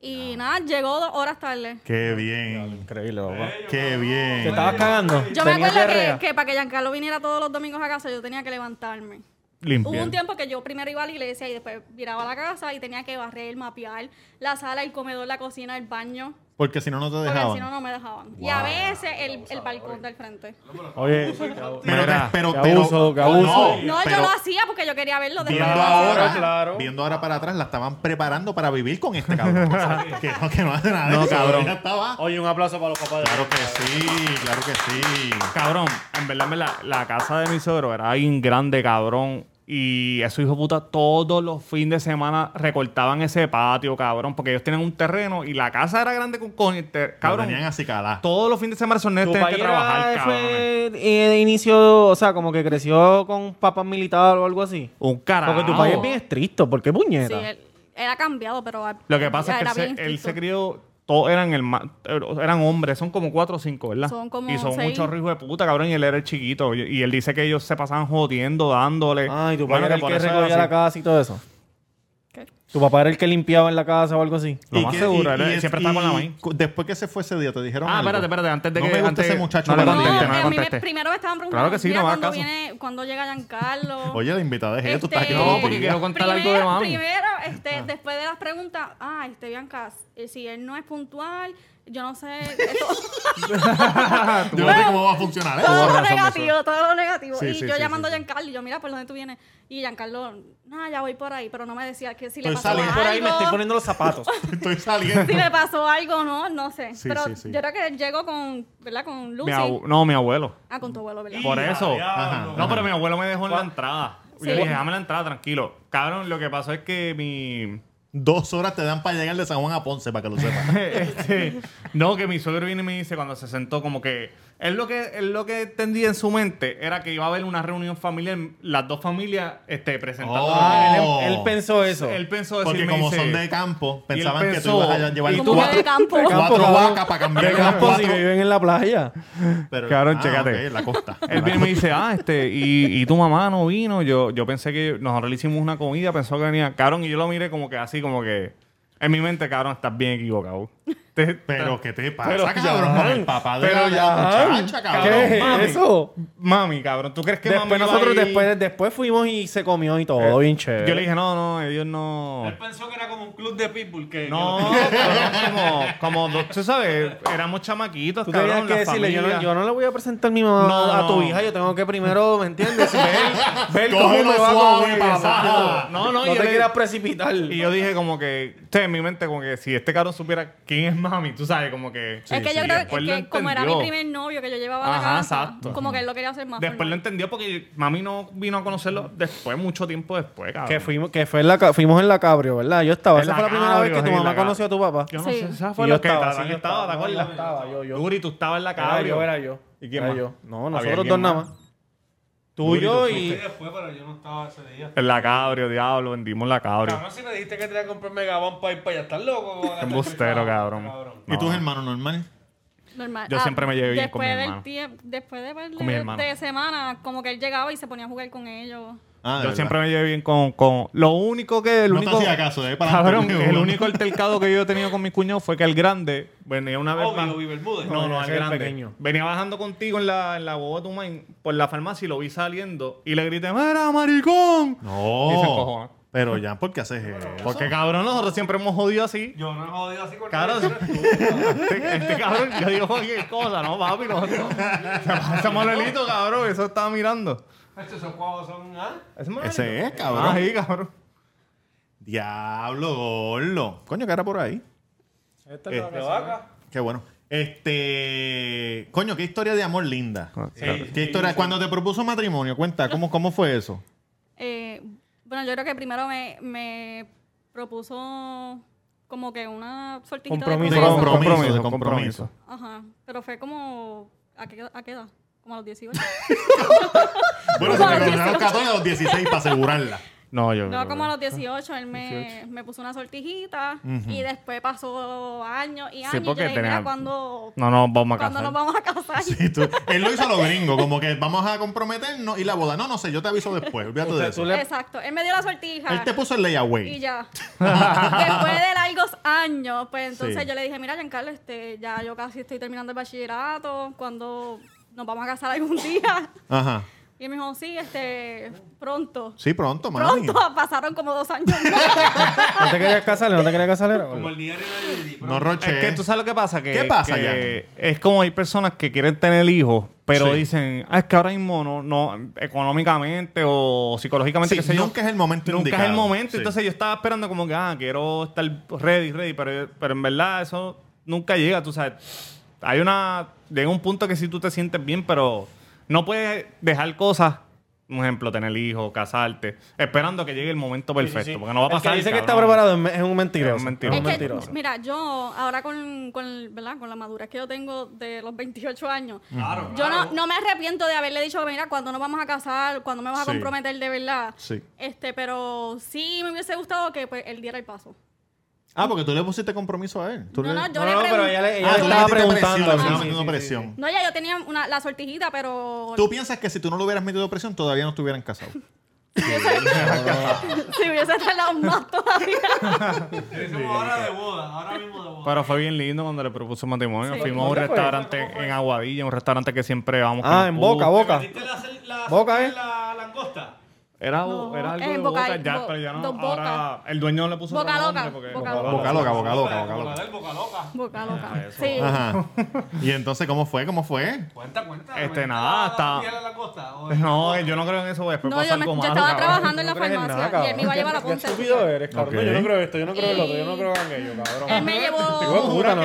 Speaker 1: Y nada, llegó dos horas tarde.
Speaker 2: Qué bien,
Speaker 5: Increíble, papá.
Speaker 2: qué
Speaker 5: ¿Te
Speaker 2: bien.
Speaker 5: estabas cagando?
Speaker 1: Yo me
Speaker 5: Tenías
Speaker 1: acuerdo que,
Speaker 5: diarrea.
Speaker 1: que para que Giancarlo viniera todos los domingos a casa, yo tenía que levantarme.
Speaker 4: Limpia.
Speaker 1: Hubo un tiempo que yo primero iba a la iglesia y después viraba a la casa y tenía que barrer, mapear la sala, el comedor, la cocina, el baño.
Speaker 2: Porque si no, no te
Speaker 1: Porque si
Speaker 2: dejaban.
Speaker 1: no, no me dejaban. Y a veces el, el balcón del frente.
Speaker 7: Oye,
Speaker 2: Pero,
Speaker 4: Mira,
Speaker 2: te- pero,
Speaker 7: que
Speaker 2: pero-
Speaker 7: abuso, que abuso.
Speaker 1: No,
Speaker 2: pero
Speaker 1: yo lo hacía porque yo quería verlo de
Speaker 2: Viendo
Speaker 1: verdad.
Speaker 2: ahora,
Speaker 7: claro.
Speaker 2: viendo ahora para atrás, la estaban preparando para vivir con este cabrón. que, no, que no hace nada. de
Speaker 4: No,
Speaker 2: eso,
Speaker 4: cabrón.
Speaker 2: ya estaba.
Speaker 7: oye, un aplauso para los papás de
Speaker 2: Claro que sí, claro que sí.
Speaker 4: Cabrón, en verdad, en verdad, la casa de mi suegro era alguien grande, cabrón. Y esos hijos de puta todos los fines de semana recortaban ese patio, cabrón. Porque ellos tienen un terreno y la casa era grande con, con el ter-
Speaker 2: Cabrón.
Speaker 4: Cabrón,
Speaker 2: Tenían así calá.
Speaker 4: todos los fines de semana son tenían que
Speaker 5: papá
Speaker 4: trabajar,
Speaker 5: era-
Speaker 4: cabrón.
Speaker 5: fue eh, de inicio, o sea, como que creció con papás militares o algo así.
Speaker 4: Un carajo.
Speaker 5: Porque tu país es bien estricto, ¿por qué
Speaker 1: Sí,
Speaker 5: puñeta?
Speaker 1: él, él ha cambiado, pero al-
Speaker 4: Lo que pasa
Speaker 1: era
Speaker 4: es que él
Speaker 1: bien
Speaker 4: se, él se
Speaker 1: estricto.
Speaker 4: crió, todos eran herma- eran hombres, son como cuatro o cinco, ¿verdad?
Speaker 1: Son como
Speaker 4: y son
Speaker 1: seis.
Speaker 4: muchos hijos de puta, cabrón, y él era el chiquito. Y, y él dice que ellos se pasaban jodiendo, dándole.
Speaker 5: Ay, tu papá
Speaker 4: Mano, que
Speaker 5: era el
Speaker 4: por
Speaker 5: que
Speaker 4: eso era
Speaker 5: recogía la
Speaker 4: así.
Speaker 5: casa y todo eso.
Speaker 1: ¿Qué?
Speaker 5: Tu papá era el que limpiaba en la casa o algo así.
Speaker 4: Lo
Speaker 2: Y
Speaker 4: más
Speaker 2: que-
Speaker 4: seguro,
Speaker 2: y-
Speaker 4: él
Speaker 2: y-
Speaker 4: siempre estaba con la
Speaker 2: y
Speaker 4: maíz.
Speaker 2: cu- Después que se fue ese día, te dijeron.
Speaker 4: Ah,
Speaker 2: algo.
Speaker 4: espérate, espérate, antes de
Speaker 2: No
Speaker 4: que.
Speaker 2: me gusta
Speaker 4: antes-
Speaker 2: ese muchacho,
Speaker 4: No le
Speaker 2: pero
Speaker 1: No,
Speaker 4: conteste,
Speaker 2: conteste,
Speaker 4: no
Speaker 1: que
Speaker 4: le
Speaker 1: a mí me-
Speaker 4: conteste.
Speaker 1: primero me estaban preguntando
Speaker 4: Claro que sí,
Speaker 1: mira,
Speaker 4: no me hagas
Speaker 1: cuando
Speaker 4: caso.
Speaker 1: viene, cuando llega Giancarlo.
Speaker 2: Oye, la invitada es ella, tú estás aquí.
Speaker 1: Este,
Speaker 4: No, porque quiero contar algo de mami. Ah.
Speaker 1: Primero, este, después de las preguntas, ah, este Bianca, eh, si él no es puntual, yo no sé. esto-
Speaker 2: Yo no sé cómo va a funcionar, ¿eh?
Speaker 1: todo lo negativo, todo lo negativo.
Speaker 2: Sí,
Speaker 1: y
Speaker 2: sí,
Speaker 1: yo
Speaker 2: sí,
Speaker 1: llamando
Speaker 2: sí,
Speaker 1: a Giancarlo, y yo, mira, ¿por dónde tú vienes? Y Giancarlo, nada, ya voy por ahí, pero no me decía que si le
Speaker 2: Pues
Speaker 1: pasó
Speaker 2: salí
Speaker 1: algo.
Speaker 5: Por ahí me estoy poniendo los zapatos.
Speaker 2: Estoy saliendo.
Speaker 1: Si le pasó algo, no, no sé.
Speaker 2: Sí,
Speaker 1: pero
Speaker 2: sí, sí.
Speaker 1: yo creo que él llegó con, ¿verdad? Con Lucy.
Speaker 4: Mi abu- no, mi abuelo.
Speaker 1: Ah, con tu abuelo, ¿verdad?
Speaker 4: Por eso.
Speaker 2: diablo.
Speaker 4: No, pero mi abuelo me dejó en la entrada.
Speaker 1: Sí.
Speaker 4: Yo le dije, dame la entrada, tranquilo. Cabrón, lo que pasó es que mi.
Speaker 2: Dos horas te dan para llegar de San Juan a Ponce, para que lo sepas.
Speaker 4: Este, no, que mi suegro viene y me dice cuando se sentó como que él lo que él lo que entendía en su mente era que iba a haber una reunión familiar, las dos familias este presentando.
Speaker 2: Oh.
Speaker 5: Él- él, pensó eso.
Speaker 4: Él pensó decir,
Speaker 2: Porque
Speaker 4: me
Speaker 2: como
Speaker 4: dice,
Speaker 2: son de campo,
Speaker 4: él
Speaker 2: pensaban que tú
Speaker 4: pensó-
Speaker 2: ibas a llevar
Speaker 4: y
Speaker 1: tú- Como que de campo.
Speaker 2: cuatro
Speaker 5: Campo, cabrón.
Speaker 2: vacas para cambiar
Speaker 5: De
Speaker 2: las
Speaker 5: campo si
Speaker 2: cuatro.
Speaker 5: viven en la playa.
Speaker 2: Pero,
Speaker 4: eh. Cabrón,
Speaker 2: ah,
Speaker 4: chécate.
Speaker 2: ok, la costa.
Speaker 4: Él viene y me dice, ah, este, y, y tu mamá no vino. Yo, yo pensé que nosotros le hicimos una comida, pensó que venía. Cabrón, y yo lo miré como que así, como que. En mi mente, cabrón, estás bien equivocado. Te-
Speaker 2: Pero ¿qué te pasa,
Speaker 5: Pero
Speaker 2: cabrón?
Speaker 5: ya.
Speaker 2: Con el papá de la
Speaker 4: Pero
Speaker 5: ya.
Speaker 2: muchacha,
Speaker 5: ¿Qué
Speaker 2: cabrón.
Speaker 5: es
Speaker 4: mami.
Speaker 5: eso?
Speaker 4: Mami, cabrón, ¿tú crees que
Speaker 5: Después
Speaker 4: mami iba
Speaker 5: nosotros,
Speaker 4: ahí?
Speaker 5: después, después fuimos y se comió y todo, bien chévere.
Speaker 4: Yo le dije, no, no, ellos no.
Speaker 6: Él pensó que era como un club de pitbull que...
Speaker 4: No,
Speaker 6: que-
Speaker 4: cabrón, como, como dos- tú sabes, éramos chamaquitos,
Speaker 5: Tú
Speaker 4: cabrón,
Speaker 5: tenías que
Speaker 4: la
Speaker 5: decirle, yo
Speaker 4: familia.
Speaker 5: no, yo no le voy a presentar mi mamá
Speaker 4: No,
Speaker 5: a
Speaker 4: no.
Speaker 5: tu hija, yo tengo que primero, ¿me entiendes? Ver, ver cómo
Speaker 2: Cógelo
Speaker 5: me va a
Speaker 2: suave,
Speaker 5: comer.
Speaker 2: papá.
Speaker 5: exacto.
Speaker 4: No, no,
Speaker 5: no
Speaker 4: yo
Speaker 5: te
Speaker 4: le-
Speaker 5: quieras precipitar.
Speaker 4: Y yo dije como que, usted en mi mente como que si este cabrón supiera quién es mami, tú sabes, como que...
Speaker 1: es que yo creo
Speaker 4: Y
Speaker 1: que,
Speaker 4: después lo
Speaker 1: que como era mi
Speaker 4: entendió.
Speaker 1: primer novio que yo llevaba a la
Speaker 4: Ajá,
Speaker 1: casa,
Speaker 4: exacto.
Speaker 1: como que él lo quería hacer más.
Speaker 4: Después lo
Speaker 1: formal.
Speaker 4: entendió porque mami no vino a conocerlo después, mucho tiempo después, cabrón.
Speaker 5: que fuimos, que fue en la, ca- fuimos en la cabrio, ¿verdad? Yo estaba.
Speaker 4: En
Speaker 5: Esa
Speaker 4: la
Speaker 5: fue la primera
Speaker 4: Cabrio,
Speaker 5: vez que
Speaker 4: sí,
Speaker 5: tu
Speaker 4: en la
Speaker 5: mamá
Speaker 4: Cabrio.
Speaker 5: conoció a tu papá.
Speaker 4: Yo no
Speaker 1: Sí.
Speaker 4: sé, esa fue
Speaker 5: Y yo
Speaker 4: la que
Speaker 5: estaba,
Speaker 4: Tadán
Speaker 5: sí, yo
Speaker 4: estaba, ¿te
Speaker 5: estaba, yo
Speaker 4: acuerdas?
Speaker 5: estaba, yo, yo.
Speaker 4: Duri, tú estabas en la
Speaker 5: Era
Speaker 4: cabrio.
Speaker 5: yo, era yo.
Speaker 4: ¿Y quién
Speaker 5: Era
Speaker 4: más?
Speaker 5: yo. No,
Speaker 4: Había
Speaker 5: nosotros
Speaker 4: alguien
Speaker 5: dos nada
Speaker 4: más.
Speaker 5: más. Tú,
Speaker 4: Duri, tú
Speaker 5: yo
Speaker 6: Sí,
Speaker 5: y...
Speaker 6: después, pero yo no estaba ese día.
Speaker 4: En la cabrio, diablo, vendimos la cabrio.
Speaker 6: Cabrón, si me dijiste que tenía que comprarme gabán para ir para allá, ¿estás loco?
Speaker 4: Qué embustero, cabrón.
Speaker 2: ¿Y tus hermanos normales?
Speaker 1: Normal. Ah,
Speaker 4: Yo siempre me llevé bien con mi
Speaker 1: después del
Speaker 4: hermano.
Speaker 1: tie- después de verle
Speaker 4: Con mi hermano.
Speaker 1: de semana, como que él llegaba y se ponía a jugar con ellos.
Speaker 2: Ah, de
Speaker 4: Yo
Speaker 2: verdad.
Speaker 4: siempre me llevé bien con, con- Lo único que... El
Speaker 2: No te
Speaker 4: único,
Speaker 2: hacía caso, de ahí para
Speaker 4: Cabrón,
Speaker 2: adelante.
Speaker 4: el único altercado que yo he tenido con mi cuñado fue que el grande venía una vez más...
Speaker 6: Obvio, vive el mudo.
Speaker 4: No, no,
Speaker 5: ese
Speaker 4: al
Speaker 5: es el
Speaker 4: grande.
Speaker 5: pequeño.
Speaker 4: Venía bajando contigo en la, en la Boba Tumain por la farmacia y lo vi saliendo y le grité, ¡Mira, maricón! Y se encojona.
Speaker 2: No. Pero ya, ¿por qué haces eso?
Speaker 4: Porque cabrón, nosotros siempre hemos jodido así.
Speaker 6: Yo no he jodido así con
Speaker 4: Claro.
Speaker 6: nadie, pero tú, cabrón.
Speaker 4: Este, este cabrón, yo digo cualquier cosa, ¿no, papi? No, no. Ese monolito, cabrón, eso estaba mirando.
Speaker 6: Estos son cuavos, son... ¿ah?
Speaker 4: Ese, monolito.
Speaker 2: Ese es, cabrón.
Speaker 4: Ahí, cabrón.
Speaker 2: Diablo, gorlo. Coño, que era por ahí.
Speaker 7: Este
Speaker 2: Eh,
Speaker 6: Este De vaca.
Speaker 2: Qué bueno. Este. Coño, qué historia de amor linda. Eh,
Speaker 6: Sí,
Speaker 2: ¿Qué
Speaker 6: sí,
Speaker 2: historia?
Speaker 6: sí.
Speaker 2: Cuando te propuso matrimonio, cuenta, ¿cómo, cómo fue eso?
Speaker 1: Eh, bueno, yo creo que primero me, me propuso como que una sortijita
Speaker 5: Compromiso.
Speaker 1: de
Speaker 2: De
Speaker 1: cosas.
Speaker 2: compromiso, de
Speaker 4: compromiso.
Speaker 2: compromiso.
Speaker 1: Ajá. Pero fue como ¿a qué, a qué edad? Como a los 18.
Speaker 2: Bueno, se
Speaker 1: Bueno,
Speaker 2: me
Speaker 1: sí,
Speaker 2: coronaron
Speaker 1: sí.
Speaker 2: 14 a los 16 para asegurarla.
Speaker 4: No, yo
Speaker 1: No, como a los 18, él me, me puso una sortijita y después pasó años y años. y yo
Speaker 4: porque
Speaker 1: le dije,
Speaker 4: tenía-
Speaker 1: mira, cuando,
Speaker 4: No, no, vamos a
Speaker 1: cuando
Speaker 4: casar.
Speaker 1: nos vamos a casar.
Speaker 2: Y tú- él lo hizo a los gringos, como que vamos a comprometernos y la boda. No, no sé, yo te aviso después. Olvídate de eso.
Speaker 5: tú le-
Speaker 1: Exacto. Él me dio la sortija.
Speaker 2: Él te puso el
Speaker 1: Y
Speaker 2: layaway.
Speaker 1: ya. Después de largos años, pues entonces
Speaker 2: Sí.
Speaker 1: yo le dije, mira, Giancarlo, este, ya yo casi estoy terminando el bachillerato, cuando nos vamos a casar algún día.
Speaker 2: Ajá.
Speaker 1: Y él me dijo, sí, este, pronto.
Speaker 2: Sí, pronto, mami.
Speaker 1: Pronto, pasaron como dos años.
Speaker 5: ¿No te querías casar? ¿No te querías casar? Era-
Speaker 6: Como el diario de Lady, pero-
Speaker 2: No roche.
Speaker 4: Es que tú sabes lo que pasa. Que,
Speaker 2: ¿Qué pasa,
Speaker 4: que Es como hay personas que quieren tener hijos, pero
Speaker 2: Sí.
Speaker 4: dicen, ah, es que ahora mismo no, no económicamente o psicológicamente,
Speaker 2: Sí,
Speaker 4: qué sé yo,
Speaker 2: nunca es el momento
Speaker 4: Nunca es el
Speaker 2: indicado.
Speaker 4: momento.
Speaker 2: Sí.
Speaker 4: Entonces yo estaba esperando como que, ah, quiero estar ready, ready, pero, pero en verdad eso nunca llega, tú sabes. Hay una... Llega un punto que sí tú te sientes bien, pero no puedes dejar cosas un ejemplo, tener hijos, casarte, esperando que llegue el momento perfecto, porque no va a
Speaker 5: El que
Speaker 4: pasar.
Speaker 5: dice que está
Speaker 4: cabrón.
Speaker 5: preparado es me- es un mentiroso.
Speaker 4: Es un mentiroso.
Speaker 5: Es un
Speaker 1: Es que,
Speaker 5: mentiroso.
Speaker 1: mira, yo ahora con, con, ¿verdad? con la madurez que yo tengo de los 28 años,
Speaker 6: Claro,
Speaker 1: yo
Speaker 6: claro.
Speaker 1: no, no me arrepiento de haberle dicho, mira, cuando nos vamos a casar, cuando me vas a
Speaker 2: Sí.
Speaker 1: comprometer de verdad.
Speaker 2: Sí.
Speaker 1: Este, pero sí me hubiese gustado que pues, él diera el paso.
Speaker 2: Ah, porque tú le pusiste compromiso a él. Ah, Tú
Speaker 1: No,
Speaker 2: le-
Speaker 1: no, yo
Speaker 5: No,
Speaker 1: le
Speaker 5: no, pero
Speaker 1: pregun-
Speaker 5: ella le, ella
Speaker 2: Ah,
Speaker 5: le
Speaker 2: tú le
Speaker 5: estaba
Speaker 2: metiste presión,
Speaker 5: preguntando.
Speaker 2: le
Speaker 5: sí,
Speaker 2: estaba
Speaker 5: sí,
Speaker 2: metiendo
Speaker 5: sí,
Speaker 2: presión.
Speaker 1: No, ya yo tenía una, la sortijita, pero
Speaker 2: ¿Tú piensas que si tú no le hubieras metido presión, todavía no estuvieran casados?
Speaker 1: si hubiese tardado más todavía.
Speaker 6: Decimos ahora de boda, ahora mismo de boda.
Speaker 4: Pero fue bien lindo cuando le propuso matrimonio.
Speaker 1: Sí.
Speaker 4: Fuimos a un
Speaker 5: ¿Dónde fue?
Speaker 4: restaurante en Aguadilla, un restaurante que siempre vamos.
Speaker 5: Ah,
Speaker 4: que
Speaker 5: en
Speaker 4: nos
Speaker 5: boca,
Speaker 4: gusta.
Speaker 5: boca.
Speaker 6: ¿Metiste la, la,
Speaker 5: Boca, ¿eh?
Speaker 6: la langosta?
Speaker 4: Era,
Speaker 1: No,
Speaker 4: era algo
Speaker 1: en
Speaker 4: de
Speaker 1: Boca-
Speaker 4: boca, ya,
Speaker 1: Bo-
Speaker 4: pero ya no.
Speaker 1: Dos
Speaker 4: Ahora el dueño le puso
Speaker 1: Boca
Speaker 4: otro nombre
Speaker 1: Loca,
Speaker 4: porque-
Speaker 1: Boca Loca.
Speaker 2: Boca loca, boca loca, boca
Speaker 6: Boca
Speaker 2: loca.
Speaker 6: del boca loca.
Speaker 1: boca loca. Sí.
Speaker 2: Ajá. ¿Y entonces cómo fue? ¿Cómo fue?
Speaker 6: Cuenta, cuenta.
Speaker 4: Este,
Speaker 6: ¿Metiste
Speaker 4: nada,
Speaker 6: la-
Speaker 4: hasta-
Speaker 6: la tía de la langosta? ¿O-
Speaker 4: No, yo no creo en eso. Después
Speaker 1: No,
Speaker 4: pasa
Speaker 1: yo, me-
Speaker 4: algo
Speaker 1: yo
Speaker 4: malo,
Speaker 1: estaba
Speaker 4: cabrón.
Speaker 1: trabajando en la
Speaker 5: No crees en
Speaker 1: farmacia
Speaker 5: nada,
Speaker 1: y él me iba a llevar a
Speaker 5: Qué
Speaker 1: Ponce.
Speaker 5: estúpido eres, cabrón.
Speaker 2: Ok.
Speaker 5: Yo no creo esto, yo no creo en lo otro, yo no creo en ello,
Speaker 1: Él
Speaker 5: cabrón.
Speaker 1: me
Speaker 5: Te digo,
Speaker 1: llevó.
Speaker 5: jura, no.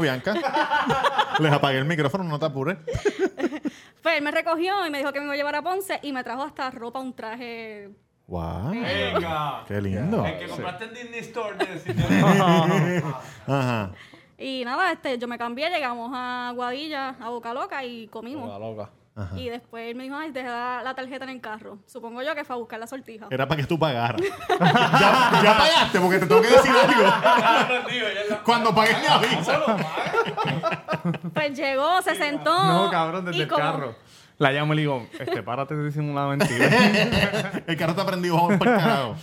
Speaker 2: Bianca. Les apagué el micrófono, no te apures.
Speaker 1: Pues él me recogió y me dijo que me iba a llevar a Ponce y me trajo hasta ropa, un traje.
Speaker 2: ¡Wow!
Speaker 6: Venga.
Speaker 2: ¡Qué lindo!
Speaker 6: El que compraste en Disney Store de sitio.
Speaker 2: Ajá.
Speaker 1: Y nada, este, yo me cambié, llegamos a Guadilla, a Boca Loca y comimos.
Speaker 5: Boca loca.
Speaker 1: Y después él me dijo, ay, dejé la, la tarjeta en el carro. Supongo yo que fue a buscar la sortija.
Speaker 2: Era para que tú pagaras. ya, ya pagaste, porque te tengo que decir algo.
Speaker 6: Ah, no, tío, ya es la-
Speaker 2: Cuando pagues me avisas.
Speaker 1: Pues llegó, se sentó.
Speaker 4: No, cabrón, desde
Speaker 1: y
Speaker 4: el
Speaker 1: como-
Speaker 4: carro. La llamo y le digo, este, párate de decir una mentira.
Speaker 2: El carro está prendido, vamos para el carajo.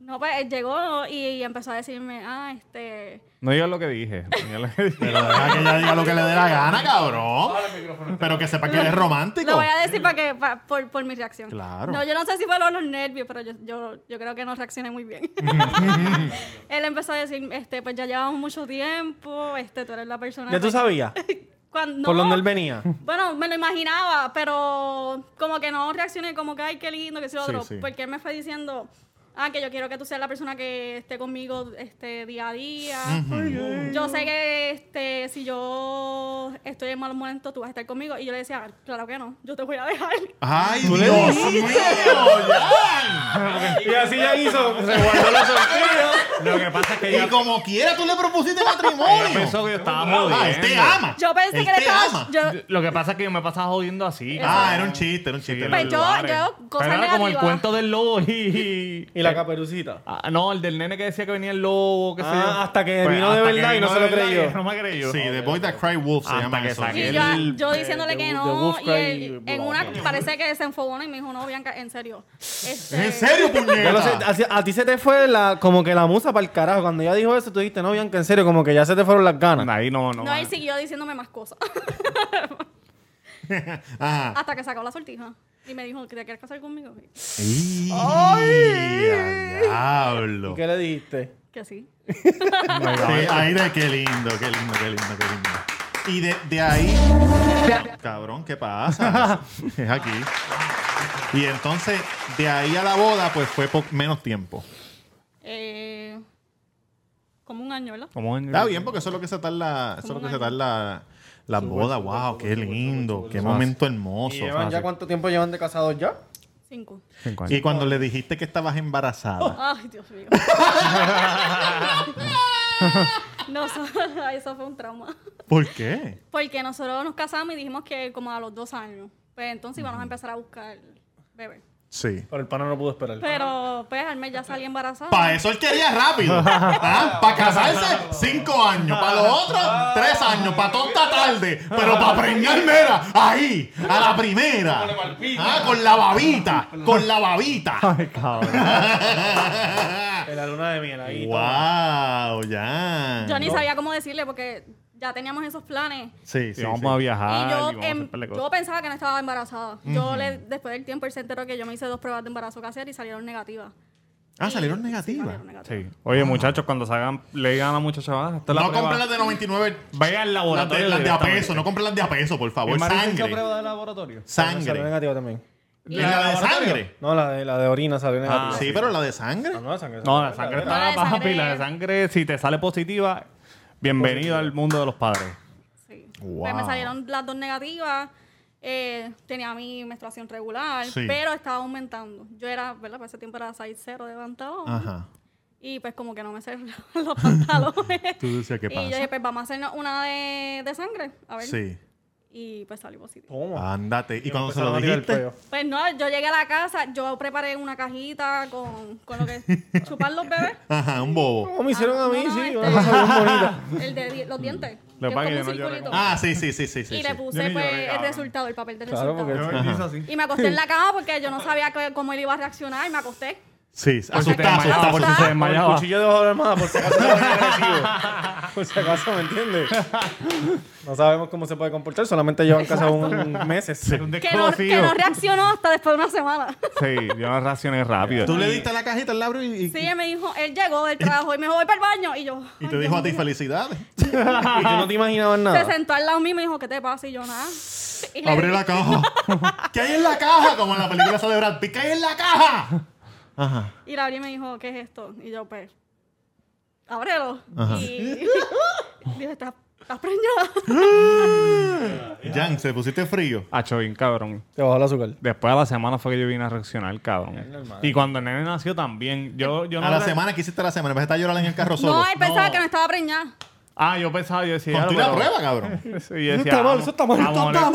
Speaker 1: No, pues él llegó y, empezó a decirme, ah, este...
Speaker 4: No digas lo que dije. no digas lo que dije.
Speaker 2: Pero deja que ella diga lo que le dé la gana, cabrón. Pero que sepa que eres romántico.
Speaker 1: Lo voy a decir para que, pa- por, por mi reacción.
Speaker 2: Claro.
Speaker 1: No, yo no sé si fueron los nervios, pero yo, yo, yo creo que no reaccioné muy bien. él empezó a decir, este, pues ya llevamos mucho tiempo, este, tú eres la persona...
Speaker 5: Ya tú sabías
Speaker 1: Cuando,
Speaker 5: por dónde él venía.
Speaker 1: Bueno, me lo imaginaba, pero como que no reaccioné como que, ay, qué lindo, que sí lo
Speaker 2: Sí,
Speaker 1: otro.
Speaker 2: sí.
Speaker 1: Porque él me fue diciendo, ah, que yo quiero que tú seas la persona que esté conmigo este, día a día. Yo sé que este, si yo estoy en malos momentos, tú vas a estar conmigo. Y yo le decía, claro que no, yo te voy a dejar.
Speaker 2: ¡Ay, Dios mío! Jan!
Speaker 5: Y así ya hizo, se guardó la sortija.
Speaker 4: Lo que pasa es que
Speaker 2: Y
Speaker 4: ella,
Speaker 2: como quiera, tú le propusiste
Speaker 4: ella
Speaker 2: matrimonio.
Speaker 4: pensó que yo estaba
Speaker 2: Ah,
Speaker 4: jodiendo.
Speaker 2: él te ama.
Speaker 1: Yo pensé
Speaker 2: Él
Speaker 1: que le
Speaker 2: te
Speaker 1: estaba...
Speaker 2: ama.
Speaker 1: yo-
Speaker 4: Lo que pasa es que yo me pasaba jodiendo así.
Speaker 2: Ah, era un chiste, era un chiste.
Speaker 4: en
Speaker 1: Pues
Speaker 4: los
Speaker 1: yo-
Speaker 4: lugares.
Speaker 1: yo, cosas
Speaker 4: Pero era como el
Speaker 1: negativas.
Speaker 4: cuento del lobo y...
Speaker 5: Y la caperucita.
Speaker 4: Ah, no, el del nene que decía que venía el lobo, qué sé
Speaker 5: Ah,
Speaker 4: yo. Pues,
Speaker 5: hasta que vino de verdad y no se lo creyó.
Speaker 4: No me creyó.
Speaker 2: Sí, The Boy That Cry Wolf se
Speaker 4: Hasta
Speaker 2: llama
Speaker 4: que
Speaker 2: eso.
Speaker 1: y
Speaker 4: saqué
Speaker 1: yo,
Speaker 4: el-
Speaker 1: eh, yo diciéndole que
Speaker 5: de- de
Speaker 1: no, y
Speaker 5: busca y
Speaker 1: él, en
Speaker 5: bla,
Speaker 1: una
Speaker 5: bla.
Speaker 1: parece que se enfogó y me dijo, no, Bianca, en serio. Este,
Speaker 2: ¿En serio,
Speaker 5: Ya lo sé, a,
Speaker 2: puñeta?
Speaker 5: ti- a ti se te fue la, como que la musa para el carajo. Cuando ella dijo eso, tú dijiste, no, Bianca, en serio, como que ya se te fueron las ganas.
Speaker 4: Ahí no, no.
Speaker 1: No, él siguió diciéndome más cosas.
Speaker 2: Ajá.
Speaker 1: Hasta que sacó la sortija. Y me dijo, ¿te quieres casar conmigo? Y-
Speaker 2: ¡Ay! al ¡Diablo!
Speaker 5: ¿Y qué le dijiste?
Speaker 1: Que sí.
Speaker 2: Sí, ahí de qué lindo, qué lindo, qué lindo, qué lindo. Y de, de ahí. Cabrón, ¿qué pasa? es aquí. Y entonces, de ahí a la boda, pues fue po- menos tiempo.
Speaker 1: Eh, como un año, ¿verdad?
Speaker 4: Como en-
Speaker 2: Está bien, porque eso es lo que se tarda. Eso es lo que se tarda la boda. ¡Wow! ¡Qué lindo! ¡Qué momento
Speaker 5: ¿Y
Speaker 2: hermoso!
Speaker 5: llevan ya cuánto tiempo llevan de casados ya?
Speaker 1: Cinco.
Speaker 4: Cinco años.
Speaker 2: Y cuando le dijiste que estabas embarazada.
Speaker 1: Ay, Dios mío. no, eso, eso fue un trauma.
Speaker 2: ¿Por qué?
Speaker 1: Porque nosotros nos casamos y dijimos que como a los dos años. Pues entonces íbamos a empezar a buscar bebé.
Speaker 2: Sí.
Speaker 5: Pero el pana no pudo esperar.
Speaker 1: Pero pues al mes ya salí embarazada.
Speaker 2: Para eso él quería rápido. Para casarse, cinco años. Para los otros, tres años. Para tonta tarde. Pero para preñar, mira, ahí, a la primera. Ah, con la babita. Con la babita.
Speaker 4: Ay, cabrón.
Speaker 5: En la luna de miel ahí.
Speaker 2: wow, ya.
Speaker 1: Yo ni sabía cómo decirle porque ya teníamos esos planes.
Speaker 2: Sí,
Speaker 4: Y
Speaker 2: sí.
Speaker 4: vamos
Speaker 2: sí.
Speaker 4: a
Speaker 1: y
Speaker 4: viajar. Y
Speaker 1: yo,
Speaker 4: vamos a
Speaker 1: em,
Speaker 4: hacer par de
Speaker 1: yo
Speaker 4: cosas.
Speaker 1: pensaba que no estaba embarazada. Yo le, después del tiempo él se enteró que yo me hice dos pruebas de embarazo caseras y salieron negativas.
Speaker 2: Ah, salieron
Speaker 1: Sí,
Speaker 2: negativas.
Speaker 1: salieron negativas.
Speaker 4: Sí. Oye, muchachos, cuando salgan, le digan a la muchacha, ah, esta es la
Speaker 2: No
Speaker 4: prueba.
Speaker 2: compren las de 99.
Speaker 4: Vayan al
Speaker 2: Las de,
Speaker 4: laboratorio.
Speaker 2: las de a
Speaker 4: directamente.
Speaker 2: peso. No compren las de a peso, por favor.
Speaker 4: ¿Y Maris hizo
Speaker 2: Sangre.
Speaker 4: prueba de laboratorio?
Speaker 5: Salió
Speaker 2: Sangre.
Speaker 5: negativa también.
Speaker 2: ¿Y la de sangre?
Speaker 5: No, la de, la de orina salió negativa.
Speaker 2: Sí, pero la de sangre.
Speaker 5: Ah, no, la sangre.
Speaker 4: No, la
Speaker 1: No,
Speaker 4: sangre
Speaker 1: la
Speaker 4: está
Speaker 1: de
Speaker 4: baja
Speaker 1: sangre-
Speaker 4: papi. La de sangre, si te sale positiva, bienvenido al mundo de los padres.
Speaker 1: Sí.
Speaker 2: Wow.
Speaker 1: Pues me salieron las dos negativas. eh, tenía mi menstruación regular,
Speaker 2: Sí.
Speaker 1: pero estaba aumentando. Yo era, ¿verdad? Para ese tiempo era 6'0 de pantalón.
Speaker 2: Ajá.
Speaker 1: Y pues como que no me cerraban los pantalones.
Speaker 2: Tú decías,
Speaker 1: Y
Speaker 2: ¿qué pasa?
Speaker 1: yo dije, pues vamos a hacernos una de, de sangre. A ver.
Speaker 2: Sí. Oh.
Speaker 1: Y pues salí positivo.
Speaker 7: ¿Cómo?
Speaker 2: Ándate. ¿Y cuando se
Speaker 7: Empezaron
Speaker 2: lo
Speaker 7: a tirar el
Speaker 2: dijiste?
Speaker 7: peo.
Speaker 1: Pues no, yo llegué a la casa, yo preparé una cajita con, con lo que chupar los bebés.
Speaker 2: Ajá, un bobo.
Speaker 7: ¿Cómo me hicieron
Speaker 1: Ah,
Speaker 7: a mí?
Speaker 1: no, no,
Speaker 7: Sí,
Speaker 1: este-
Speaker 7: una cosa bien bonita.
Speaker 1: El de di- los dientes. que
Speaker 4: Lo
Speaker 1: es
Speaker 4: pague,
Speaker 1: como un
Speaker 4: no llore,
Speaker 1: circulito.
Speaker 2: Ah, sí, sí, sí, sí, sí.
Speaker 1: y
Speaker 2: sí.
Speaker 1: le
Speaker 4: Yo
Speaker 1: puse
Speaker 4: ni
Speaker 1: pues,
Speaker 4: lloré, ah.
Speaker 1: el
Speaker 4: cabrón.
Speaker 1: resultado, el papel del
Speaker 7: Claro,
Speaker 1: resultado.
Speaker 7: porque
Speaker 6: Yo me hice así.
Speaker 1: Y me acosté en la cama porque yo no sabía que- cómo él iba a reaccionar y me acosté.
Speaker 2: Sí, asustado,
Speaker 1: desmayaba,
Speaker 2: asustado.
Speaker 4: por si se
Speaker 1: asustado.
Speaker 7: El
Speaker 4: desmayaba.
Speaker 7: cuchillo debajo de la almohada, por si acaso no es agresivo. Por si acaso, ¿me entiendes? No sabemos cómo se puede comportar, solamente llevan casa un meses.
Speaker 1: Que
Speaker 4: Un
Speaker 1: no, que
Speaker 4: desconocido.
Speaker 1: no reaccionó hasta después de una semana.
Speaker 4: Sí, yo no reaccioné rápido.
Speaker 2: Tú le diste la cajita al labro y, y,
Speaker 1: Sí, él me dijo, él llegó del trabajo y me dijo, voy para el baño. Y yo.
Speaker 2: y
Speaker 1: "Ay,
Speaker 2: te
Speaker 1: Dios
Speaker 2: dijo a ti
Speaker 1: mío".
Speaker 2: felicidades.
Speaker 7: Y tú no te imaginabas
Speaker 1: Se
Speaker 7: nada.
Speaker 1: sentó al lado mío y me dijo, ¿qué te pasa? Y yo, nada. Y le
Speaker 2: Abre
Speaker 1: di-
Speaker 2: la caja. ¿Qué hay en la caja? Como en la película esa de Brad Pitt. ¿Qué hay en la caja? Ajá.
Speaker 1: Y la abrí y me dijo, ¿qué es esto? Y yo, pues, ábrelo. Y dije, ¿estás estás preñada?
Speaker 2: Jan, ¿se pusiste frío?
Speaker 4: Acho bien, cabrón.
Speaker 7: Te bajó el azúcar.
Speaker 4: Después de la semana fue que yo vine a reaccionar, cabrón. Y cuando el nene nació también, yo, yo no
Speaker 2: A la
Speaker 4: re-
Speaker 2: semana, ¿qué hiciste a la semana? Empezaste a llorar en el carro solo.
Speaker 1: No, él pensaba que no estaba preñada.
Speaker 4: Ah, yo pensaba, yo decía...
Speaker 2: Contigo
Speaker 4: "Ya,
Speaker 2: la
Speaker 4: pero-"
Speaker 2: prueba, cabrón.
Speaker 4: Sí, yo decía,
Speaker 7: está mal,
Speaker 4: "Vamos,
Speaker 7: eso está mal,
Speaker 4: a lo
Speaker 7: eso
Speaker 4: mejor
Speaker 2: ¡Está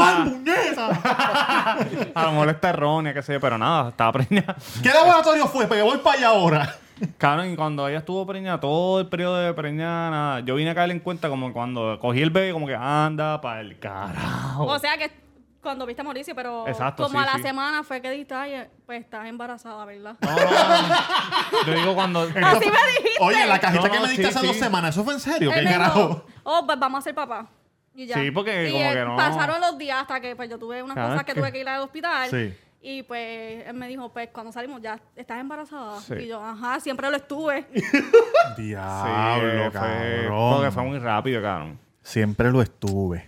Speaker 4: está-
Speaker 2: mal, puñeta!
Speaker 4: A lo mejor está errónea, qué sé yo, pero nada, estaba preñada.
Speaker 2: ¿Qué laboratorio fue? Porque voy para allá ahora.
Speaker 4: Cabrón, y cuando ella estuvo preñada, todo el periodo de preñada, nada, yo vine a caer en cuenta como cuando cogí el bebé, como que anda para el carajo.
Speaker 1: O sea que cuando viste a Mauricio, pero
Speaker 4: Oh. Exacto,
Speaker 1: como
Speaker 4: sí,
Speaker 1: a la
Speaker 4: sí.
Speaker 1: semana fue que diste, "Ay, eh, pues estás embarazada, ¿verdad?
Speaker 4: No, no, no, no. Yo digo cuando...
Speaker 1: Así me dijiste.
Speaker 2: Oye, la cajita
Speaker 4: No,
Speaker 2: que me diste
Speaker 4: sí,
Speaker 2: hace
Speaker 4: sí.
Speaker 2: dos semanas, ¿eso fue en serio?
Speaker 1: Él
Speaker 2: ¿Qué
Speaker 1: me dijo,
Speaker 2: carajo?
Speaker 1: Oh, pues vamos a ser papá. Y ya.
Speaker 4: Sí, porque
Speaker 1: Y
Speaker 4: como
Speaker 1: él-
Speaker 4: que no. Ah,
Speaker 1: Pasaron los días hasta que pues yo tuve unas
Speaker 4: Claro,
Speaker 1: cosas que
Speaker 4: es que-
Speaker 1: tuve que ir al hospital.
Speaker 2: Sí.
Speaker 1: Y pues él me dijo, pues cuando salimos ya estás embarazada.
Speaker 4: Sí.
Speaker 1: Y yo, ajá, siempre lo estuve.
Speaker 2: Diablo,
Speaker 4: Sí, fue-
Speaker 2: cabrón.
Speaker 4: Porque fue muy rápido, cabrón.
Speaker 2: Siempre lo estuve.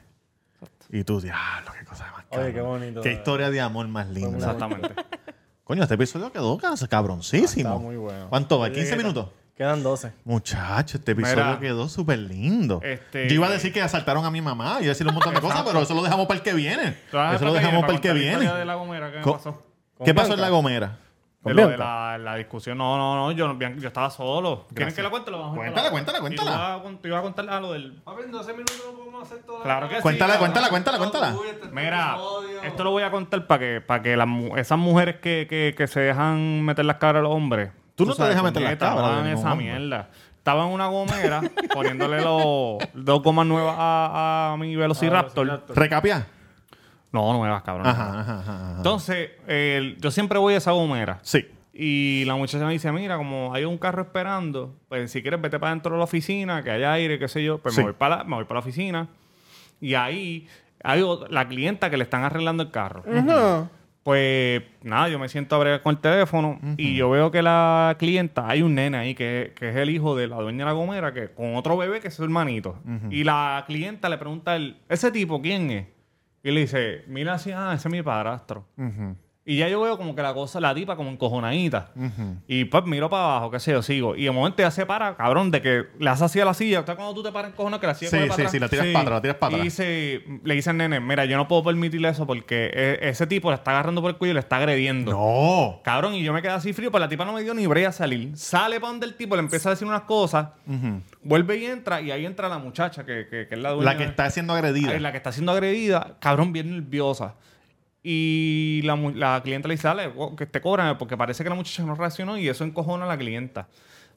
Speaker 2: Y tú, diablo, qué cosa más
Speaker 7: Oye, qué
Speaker 2: cabrón.
Speaker 7: bonito.
Speaker 2: Qué historia de amor más linda.
Speaker 4: Exactamente.
Speaker 2: Coño, este episodio quedó cas- cabroncísimo.
Speaker 7: Ah, Está muy bueno.
Speaker 2: ¿Cuánto va?
Speaker 7: Yo
Speaker 2: ¿15
Speaker 7: llegué-
Speaker 2: minutos?
Speaker 7: Quedan 12.
Speaker 2: Muchacho, este episodio
Speaker 4: Mira,
Speaker 2: quedó súper lindo.
Speaker 4: este-
Speaker 2: yo iba a decir que asaltaron a mi mamá, iba a decirle un montón de cosas, pero eso lo dejamos para el que viene. Eso lo dejamos para el que viene.
Speaker 4: de la Gomera, ¿qué me
Speaker 2: Co-
Speaker 4: pasó?
Speaker 2: ¿Qué
Speaker 7: ¿Con
Speaker 2: pasó en
Speaker 7: Bianca?
Speaker 2: La Gomera?
Speaker 4: De
Speaker 7: ¿Con
Speaker 4: lo de
Speaker 7: Bianca?
Speaker 4: la, la discusión. No, no, no. Yo, no- yo estaba solo. ¿Quieren que la cuente? Lo vamos a
Speaker 2: Cuéntala, cuéntala, cuéntala.
Speaker 4: Yo iba a contar a lo del...
Speaker 6: Papi, en 12 minutos no podemos hacer todo.
Speaker 4: Claro que sí.
Speaker 2: Cuéntala,
Speaker 4: cabrón.
Speaker 2: cuéntala, cuéntala, cuéntala.
Speaker 4: Mira, esto lo voy a contar para que, para que las mu- esas mujeres que, que, que se dejan meter las cabras a los hombres.
Speaker 2: Tú no te dejas meter
Speaker 4: puñeta,
Speaker 2: las cabras
Speaker 4: no hagan
Speaker 2: de ningún
Speaker 4: esa
Speaker 2: hombre.
Speaker 4: mierda. Estaba en una gomera poniéndole los dos gomas nuevas a, a
Speaker 2: Ah,
Speaker 4: mi Velociraptor.
Speaker 2: Recapia.
Speaker 4: No, nuevas, cabrón.
Speaker 2: Ajá, ajá, ajá. ajá.
Speaker 4: Entonces, el- yo siempre voy a esa gomera.
Speaker 2: Sí.
Speaker 4: Y la muchacha me dice, mira, como hay un carro esperando, pues si quieres vete para dentro de la oficina, que haya aire, qué sé yo, pues
Speaker 2: Sí.
Speaker 4: me, voy para la, me voy para la oficina. Y ahí hay o- la clienta que le están arreglando el carro. Pues nada, yo me siento a bregar con el teléfono y yo veo que la clienta, hay un nene ahí que, que es el hijo de la dueña de la gomera, que con otro bebé que es su hermanito. Y la clienta le pregunta, a él, ¿ese tipo quién es? Y le dice, mira así, ah, ese es mi padrastro. Y ya yo veo como que la cosa, la tipa como encojonadita. Y pues miro para abajo, qué sé yo, sigo. Y de momento ya se para, cabrón, de que le hace así a la silla. ¿Usted cuando tú te paras encojonado que la silla
Speaker 2: Sí,
Speaker 4: coge
Speaker 2: sí,
Speaker 4: para atrás?
Speaker 2: sí, la tiras para atrás, la tiras para
Speaker 4: Y
Speaker 2: atrás.
Speaker 4: dice, le dice al nene, mira, yo no puedo permitirle eso porque eh, ese tipo le está agarrando por el cuello y le está agrediendo.
Speaker 2: No.
Speaker 4: Cabrón, y yo me quedé así frío, pues la tipa no me dio ni brea a salir. Sale para donde el tipo, le empieza a decir unas cosas, vuelve y entra, y ahí entra la muchacha, que, que- que es la dueña.
Speaker 2: La que está siendo
Speaker 4: Ay,
Speaker 2: agredida.
Speaker 4: la que está siendo agredida, cabrón, bien nerviosa. Y la, mu- la clienta le dice, dale, go- que te cobran, porque parece que la muchacha no reaccionó y eso encojona a la clienta.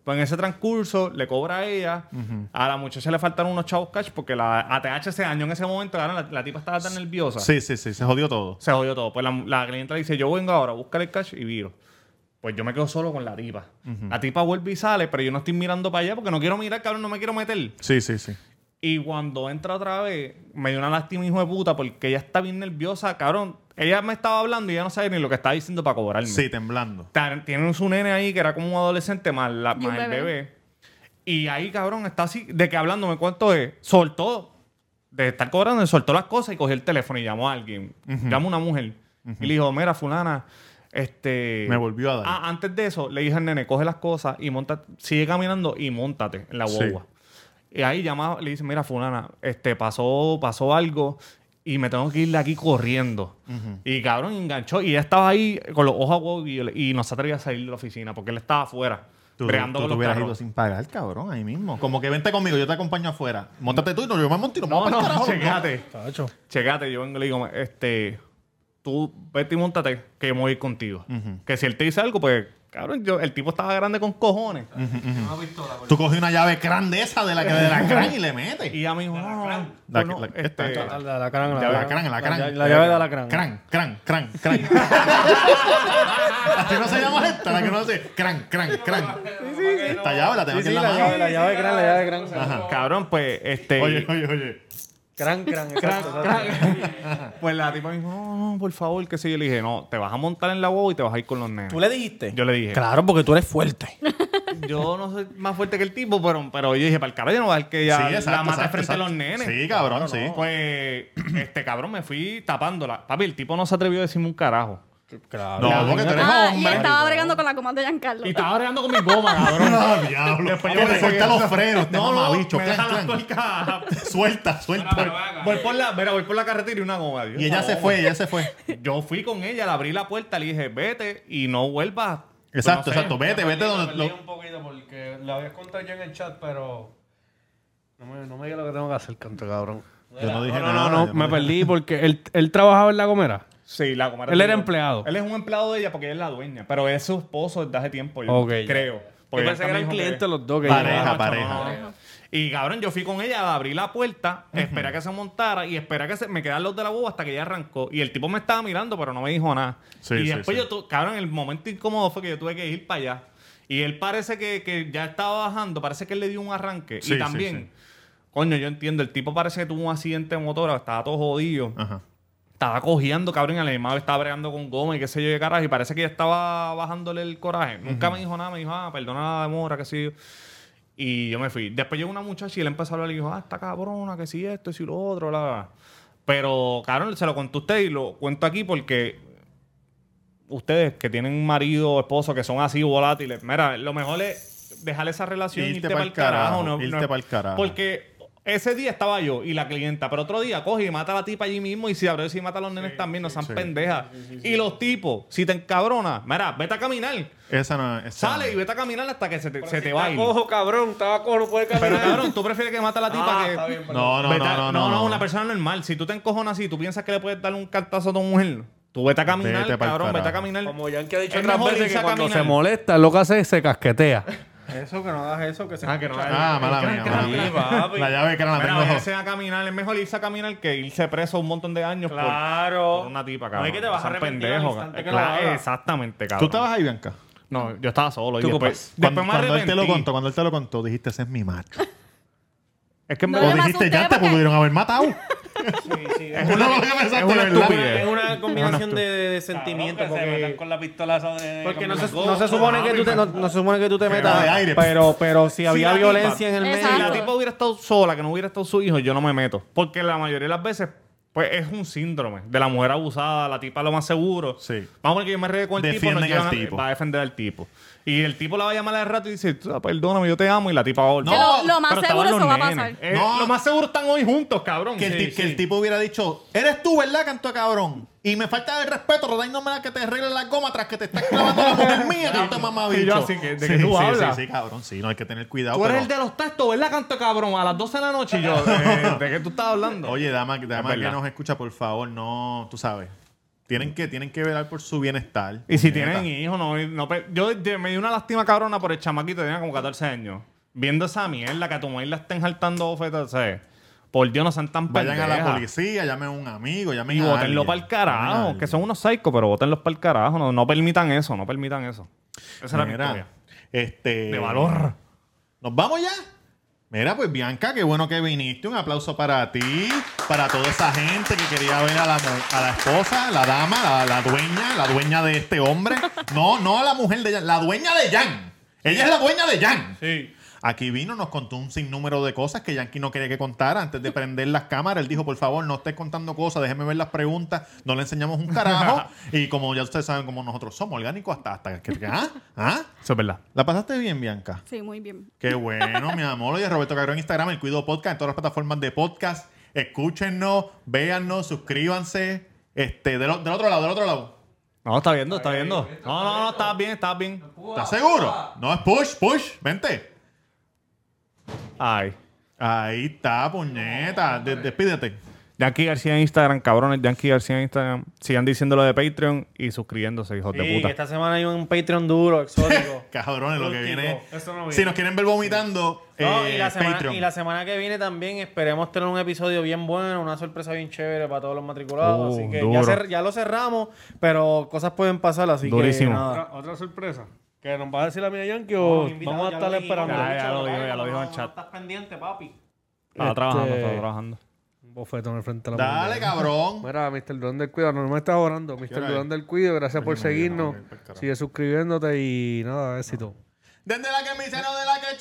Speaker 4: Pues en ese transcurso le cobra a ella, a la muchacha le faltaron unos chavos cash porque la ATH se dañó en ese momento, cabrón, la, la tipa estaba tan nerviosa.
Speaker 2: Sí, sí, sí, se jodió todo.
Speaker 4: Se jodió todo. Pues la, la clienta le dice, yo vengo ahora, busca el cash y viro. Pues yo me quedo solo con la tipa. La tipa vuelve y sale, pero yo no estoy mirando para allá porque no quiero mirar, cabrón, no me quiero meter.
Speaker 2: Sí, sí, sí.
Speaker 4: Y cuando entra otra vez, me dio una lástima, hijo de puta, porque ella está bien nerviosa, cabrón. Ella me estaba hablando y ya no sabe ni lo que estaba diciendo para cobrarme.
Speaker 2: Sí, temblando.
Speaker 4: Ta- Tienen su nene ahí que era como un adolescente más, la,
Speaker 1: Y un
Speaker 4: más el
Speaker 1: bebé.
Speaker 4: bebé. Y ahí, cabrón, está así, de que hablándome cuánto es, soltó, de estar cobrando, soltó las cosas y cogió el teléfono y llamó a alguien. Llamó a una mujer. Y le dijo, mira, fulana, este...
Speaker 2: Me volvió a dar.
Speaker 4: Ah, antes de eso, le dije al nene, coge las cosas y monta, sigue caminando y montate en la
Speaker 2: Sí.
Speaker 4: guagua. Y ahí llama, le dice, mira, fulana, este, pasó, pasó algo y me tengo que ir de aquí corriendo. Y cabrón enganchó y él estaba ahí con los ojos agua y, yo le- y no se atrevía a salir de la oficina porque él estaba afuera.
Speaker 2: Tú,
Speaker 4: bregando
Speaker 2: tú te
Speaker 4: con los
Speaker 2: hubieras
Speaker 4: carros.
Speaker 2: ido sin pagar, cabrón, ahí mismo. Como que vente conmigo, yo te acompaño afuera. Montate tú y no, yo me monto y nos
Speaker 4: No,
Speaker 2: vamos pa'l
Speaker 4: no,
Speaker 2: carajo,
Speaker 4: checate.
Speaker 7: Tacho.
Speaker 4: Checate, yo vengo y le digo, este, tú vete y montate, que yo me voy a ir contigo. Que si él te dice algo, pues, cabrón, yo, el tipo estaba grande con cojones.
Speaker 6: Una pistola.
Speaker 2: Tú coges una llave grande esa de la que de la crán y le metes.
Speaker 4: Y ella me dijo, no, no,
Speaker 2: La-
Speaker 4: no,
Speaker 2: la-
Speaker 4: este,
Speaker 2: esta-
Speaker 7: La alacrán,
Speaker 2: La alacrán, alacrán.
Speaker 7: La, la llave de alacrán.
Speaker 2: Cran, cran, cran, cran. Así no se llama esta, la que no hace. Cran, cran, cran. Esta llave la tengo
Speaker 7: Sí,
Speaker 2: aquí
Speaker 7: sí,
Speaker 2: en la
Speaker 7: la
Speaker 2: mano. Ah.
Speaker 7: llave, la llave gran, la llave gran.
Speaker 4: cabrón, pues, este...
Speaker 2: Oye, oye, oye.
Speaker 7: Gran, gran, exacto. exacto.
Speaker 4: Pues la tipa me dijo, no, no, por favor, que sí. Yo le dije, no, te vas a montar en la boba y te vas a ir con los nenes.
Speaker 5: ¿Tú le dijiste?
Speaker 4: Yo le dije,
Speaker 5: Claro, porque tú eres fuerte.
Speaker 4: yo no soy más fuerte que el tipo, pero, pero yo dije, para el carajo, yo no voy a dejar que
Speaker 2: Sí,
Speaker 4: ella la
Speaker 2: exacto,
Speaker 4: mate
Speaker 2: exacto,
Speaker 4: frente a los
Speaker 2: exacto.
Speaker 4: nenes.
Speaker 2: Sí, cabrón, sí.
Speaker 4: Pues, este cabrón, me fui tapándola. Papi, el tipo no se atrevió a decirme un carajo.
Speaker 2: No, porque tú eres
Speaker 1: Ah, y
Speaker 2: hombre.
Speaker 1: estaba bregando con la comanda de Giancarlo.
Speaker 4: Y estaba bregando con mi goma, cabrón.
Speaker 2: No, diablo.
Speaker 4: Después yo
Speaker 2: Que
Speaker 4: me
Speaker 2: te suelta
Speaker 4: seguí.
Speaker 2: los frenos, te
Speaker 4: No,
Speaker 2: mama
Speaker 4: no,
Speaker 2: bicho.
Speaker 4: me
Speaker 2: Clan,
Speaker 4: deja las
Speaker 2: clan.
Speaker 4: tuercas.
Speaker 2: Suelta, suelta.
Speaker 4: Voy por la, mira, voy por la carretera y una goma. Dios,
Speaker 2: Y ella
Speaker 4: la
Speaker 2: se
Speaker 4: goma.
Speaker 2: fue, ella se fue.
Speaker 4: Yo fui con ella, le abrí la puerta, le dije, vete y no vuelvas. Pues,
Speaker 2: Exacto,
Speaker 4: no sé.
Speaker 2: exacto. Vete, vete donde.
Speaker 6: Leí
Speaker 2: lo-
Speaker 6: un poquito porque la habías contado ya en el chat, pero.
Speaker 3: No me, no me digas lo que tengo que hacer, canto cabrón.
Speaker 2: Yo no dije
Speaker 4: No, no,
Speaker 2: nada.
Speaker 4: no,
Speaker 2: yo
Speaker 3: Me
Speaker 2: dije-
Speaker 3: perdí porque él, él trabajaba en La Gomera.
Speaker 4: Sí, la comadre.
Speaker 3: Él era
Speaker 4: tuya.
Speaker 3: empleado.
Speaker 4: Él es un empleado de ella porque ella es la dueña. Pero es su esposo desde hace tiempo, yo
Speaker 3: Ok.
Speaker 4: creo.
Speaker 5: Yo
Speaker 4: él
Speaker 5: pensé que
Speaker 4: también
Speaker 5: eran
Speaker 4: dijo
Speaker 5: clientes
Speaker 3: los dos que
Speaker 2: Pareja,
Speaker 4: No, macho,
Speaker 2: pareja.
Speaker 4: no. Y cabrón, yo fui con ella, abrí la puerta, esperé a que se montara y esperé a que se me quedaran los de la boba hasta que ella arrancó. Y el tipo me estaba mirando, pero no me dijo nada.
Speaker 2: Sí,
Speaker 4: y
Speaker 2: sí,
Speaker 4: después
Speaker 2: sí.
Speaker 4: yo, tu- cabrón, el momento incómodo fue que yo tuve que ir para allá. Y él parece que, que ya estaba bajando, parece que él le dio un arranque.
Speaker 2: Sí, sí,
Speaker 4: y también,
Speaker 2: sí.
Speaker 4: coño, yo entiendo, el tipo parece que tuvo un accidente de motora, estaba todo jodido.
Speaker 2: Ajá.
Speaker 4: Estaba cojeando, cabrón, y a la misma vez estaba bregando con goma y qué sé yo, qué carajo. Y parece que ya estaba bajándole el coraje. Nunca me dijo nada, me dijo, ah, perdona la demora, qué sé yo. Y yo me fui. Después llegó una muchacha y él empezó a hablar y dijo, ah, esta cabrona, que si esto, que si lo otro, la, la. Pero, cabrón, se lo conté a usted y lo cuento aquí porque ustedes que tienen marido o esposo que son así volátiles, mira, lo mejor es dejar esa relación y
Speaker 2: Irte
Speaker 4: irte,
Speaker 2: pa'l
Speaker 4: para el carajo.
Speaker 2: carajo,
Speaker 4: no-
Speaker 2: irte
Speaker 4: no-
Speaker 2: pa'l carajo.
Speaker 4: Porque ese día estaba yo y la clienta, pero otro día coge y mata a la tipa allí mismo y si abre si mata a los nenes también, no sean pendejas. Y los tipos, si te encabronas, mira, vete a caminar.
Speaker 2: Esa no es. esa no
Speaker 4: Sale
Speaker 2: es.
Speaker 4: y vete a caminar hasta que se te, se te
Speaker 6: Estaba
Speaker 4: vaya.
Speaker 6: cojo, cabrón. Estaba cojo, no puede caminar.
Speaker 4: Pero cabrón, tú prefieres que mata a la tipa
Speaker 6: Ah,
Speaker 4: que.
Speaker 6: está bien, perdón.
Speaker 2: No, no, no,
Speaker 4: Vete a-
Speaker 2: no, no,
Speaker 4: una persona normal. Si tú te encojonas así, tú piensas que le puedes dar un cartazo a tu mujer. Tú vete a caminar,
Speaker 2: Vete pa'l
Speaker 4: cabrón, vete a
Speaker 2: carajo.
Speaker 4: caminar.
Speaker 5: Como Yankee ha dicho
Speaker 4: Es
Speaker 5: otras
Speaker 4: mejor
Speaker 5: veces
Speaker 4: irse
Speaker 5: que
Speaker 4: a
Speaker 5: cuando
Speaker 4: caminar.
Speaker 5: se
Speaker 3: Se molesta, lo que hace es se casquetea.
Speaker 7: Eso, que no hagas eso, que se
Speaker 4: Ah, que no.
Speaker 2: Ah, mala mía, mala
Speaker 5: Sí,
Speaker 2: mía.
Speaker 5: papi.
Speaker 2: La llave que la
Speaker 4: Mira,
Speaker 2: Ah, tengo.
Speaker 4: váyase a caminar. Es mejor irse a caminar que irse preso un montón de años por- por,
Speaker 5: Claro.
Speaker 4: una tipa,
Speaker 5: No,
Speaker 4: cabrón.
Speaker 5: es que te vas a
Speaker 4: Son
Speaker 5: arrepentir al
Speaker 4: pendejos,
Speaker 5: instante
Speaker 4: cabrón.
Speaker 5: que lo
Speaker 4: Claro,
Speaker 5: hagas.
Speaker 4: exactamente, cabrón.
Speaker 2: ¿Tú estabas ahí, Bianca?
Speaker 4: No, yo estaba solo. pues, Y
Speaker 5: ¿Tú qué
Speaker 4: después,
Speaker 5: pasa?
Speaker 2: Cuando,
Speaker 4: después me
Speaker 2: cuando él te lo
Speaker 4: arrepentí.
Speaker 2: contó, cuando él te lo contó, dijiste, ese es mi macho.
Speaker 4: Es que en
Speaker 1: No
Speaker 2: O
Speaker 1: le
Speaker 4: verdad-
Speaker 2: dijiste,
Speaker 1: asusté
Speaker 2: ya te
Speaker 1: porque-
Speaker 2: pudieron haber matado. Es una cosa que
Speaker 4: es
Speaker 2: pensaste,
Speaker 4: una
Speaker 2: ¿verdad?
Speaker 4: estupidez.
Speaker 5: Es una combinación de, de- de
Speaker 6: Cabrón,
Speaker 5: sentimientos.
Speaker 6: que se metan
Speaker 5: Porque,
Speaker 6: con la pistola esa de.
Speaker 5: porque no,
Speaker 6: como
Speaker 5: se,
Speaker 6: la-
Speaker 5: no se supone que tú te, no, no se supone que tú te metas.
Speaker 2: de aire.
Speaker 5: Pero, pero si había
Speaker 4: la tipa-
Speaker 5: violencia en el medio.
Speaker 1: Exacto.
Speaker 4: Si la tipa hubiera estado sola, que no hubiera estado su hijo, yo no me meto. Porque la mayoría de las veces, pues es un síndrome de la mujer abusada, la tipa lo más seguro.
Speaker 2: Sí.
Speaker 4: Vamos a ver que yo me regué con el
Speaker 2: Defienden
Speaker 4: tipo, nos
Speaker 2: al
Speaker 4: llevan a-
Speaker 2: tipo.
Speaker 4: va a defender al tipo. Y el tipo la va a llamar al rato y dice, "Tú, perdóname, yo te amo, y la tipa va a volver.
Speaker 1: Que lo- lo más
Speaker 4: oh, Pero estaban
Speaker 1: seguro
Speaker 4: los
Speaker 1: eso va a
Speaker 4: nenes.
Speaker 1: pasar.
Speaker 4: Eh,
Speaker 2: No.
Speaker 4: Lo más seguro están hoy juntos, cabrón.
Speaker 2: Que el,
Speaker 4: Sí,
Speaker 2: ti- que
Speaker 4: sí.
Speaker 2: el tipo hubiera dicho, eres tú, ¿verdad, canto de cabrón? Y me falta el respeto, rodándome la que te arregle la goma tras que te estás clavando la mujer mía, canto de mamabicho.
Speaker 4: Y yo así que- de que
Speaker 2: sí,
Speaker 4: tú
Speaker 2: sí,
Speaker 4: hablas.
Speaker 2: Sí, sí, cabrón, sí, no hay que tener cuidado.
Speaker 4: Tú eres
Speaker 2: pero-
Speaker 4: el de los textos, ¿verdad, canto cabrón? A las 12 de la noche y yo, eh, ¿de qué tú estás hablando?
Speaker 2: Oye, dama, dama
Speaker 4: Es
Speaker 2: que
Speaker 4: verdad.
Speaker 2: nos escucha, por favor, no, tú sabes. Tienen que, tienen que velar por su bienestar.
Speaker 4: Y si
Speaker 2: puñeta.
Speaker 4: tienen hijos, no, no pe- yo, yo- me di una lástima cabrona por el chamaquito, tenía como 14 años. Viendo esa mierda que a tu madre la estén jaltando bofetas, ¿sabes? Por Dios, no sean tan
Speaker 2: Vayan a la
Speaker 4: pendejas.
Speaker 2: policía, llamen a un amigo, llamen
Speaker 4: Y
Speaker 2: a
Speaker 4: votenlo
Speaker 2: alguien.
Speaker 4: para el
Speaker 2: Llamen a
Speaker 4: carajo,
Speaker 2: alguien.
Speaker 4: que son unos psicos, pero votenlos para el carajo. No, no permitan eso, no permitan eso. Esa era mi
Speaker 2: Mira,
Speaker 4: historia.
Speaker 2: este...
Speaker 4: De valor.
Speaker 2: ¿Nos vamos ya? Mira, pues Bianca, qué bueno que viniste. Un aplauso para ti, para toda esa gente que quería ver a la, mu- a la esposa, la dama, la, la dueña, la dueña de este hombre. No, no a la mujer de Jan, la dueña de Jan. Ella es la dueña de Jan.
Speaker 6: Sí.
Speaker 2: Aquí vino, nos contó un sinnúmero de cosas que Yankee no quería que contara antes de prender las cámaras. Él dijo, por favor, no estés contando cosas, déjeme ver las preguntas. No le enseñamos un carajo. y como ya ustedes saben, como nosotros somos orgánicos, hasta, hasta que... ¿Ah? ¿Ah?
Speaker 4: Eso es verdad.
Speaker 2: ¿La pasaste bien, Bianca?
Speaker 1: Sí, muy bien.
Speaker 2: Qué bueno, mi amor. Oye, Roberto Cabrón en Instagram, el Cuido Podcast, en todas las plataformas de podcast. Escúchennos, véannos, suscríbanse. Este, del, o- del otro lado, del otro lado.
Speaker 4: No, está viendo, está viendo. No, no, no, estás bien, estás bien.
Speaker 2: ¿Estás seguro? No es push, push. Vente.
Speaker 4: Ay.
Speaker 2: Ahí está, puñeta. De- despídete.
Speaker 4: Yankee García en Instagram, cabrones. Yankee García en Instagram. Sigan diciendo lo de Patreon y suscribiéndose, hijos de
Speaker 5: Sí, que
Speaker 4: puta.
Speaker 5: esta semana hay un Patreon duro, exótico.
Speaker 2: Cabrones, lo que
Speaker 7: Último.
Speaker 2: viene.
Speaker 7: Eso no viene.
Speaker 2: si nos quieren ver vomitando,
Speaker 5: No,
Speaker 2: eh,
Speaker 5: y, la semana,
Speaker 2: Patreon.
Speaker 5: y la semana que viene también esperemos tener un episodio bien bueno, una sorpresa bien chévere para todos los matriculados.
Speaker 4: Uh,
Speaker 5: así que
Speaker 4: duro.
Speaker 5: ya, cer- ya lo cerramos, pero cosas pueden pasar, así
Speaker 4: Durísimo.
Speaker 5: que nada.
Speaker 7: Otra, otra sorpresa. ¿Que nos va a decir la mía Yankee o vamos a estar esperando?
Speaker 4: Ya, ya lo dijo, ya lo dijo en chat.
Speaker 5: Estás pendiente, papi.
Speaker 4: Estaba
Speaker 3: Este-
Speaker 4: trabajando, estaba trabajando.
Speaker 3: Un bofetón al frente de la
Speaker 2: Dale,
Speaker 3: bandera.
Speaker 2: cabrón.
Speaker 3: Mira, Mr. Durán del Cuido, no me estás orando.
Speaker 2: hora
Speaker 3: Mr.
Speaker 2: es?
Speaker 3: Durán del Cuido, gracias por
Speaker 2: Coño, me dio una
Speaker 3: seguirnos.
Speaker 2: hambre, pa'l carajo.
Speaker 3: Sigue suscribiéndote y nada, éxito.
Speaker 2: Desde la camisa, no de la que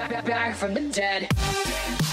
Speaker 2: chula.
Speaker 8: back, back from the dead.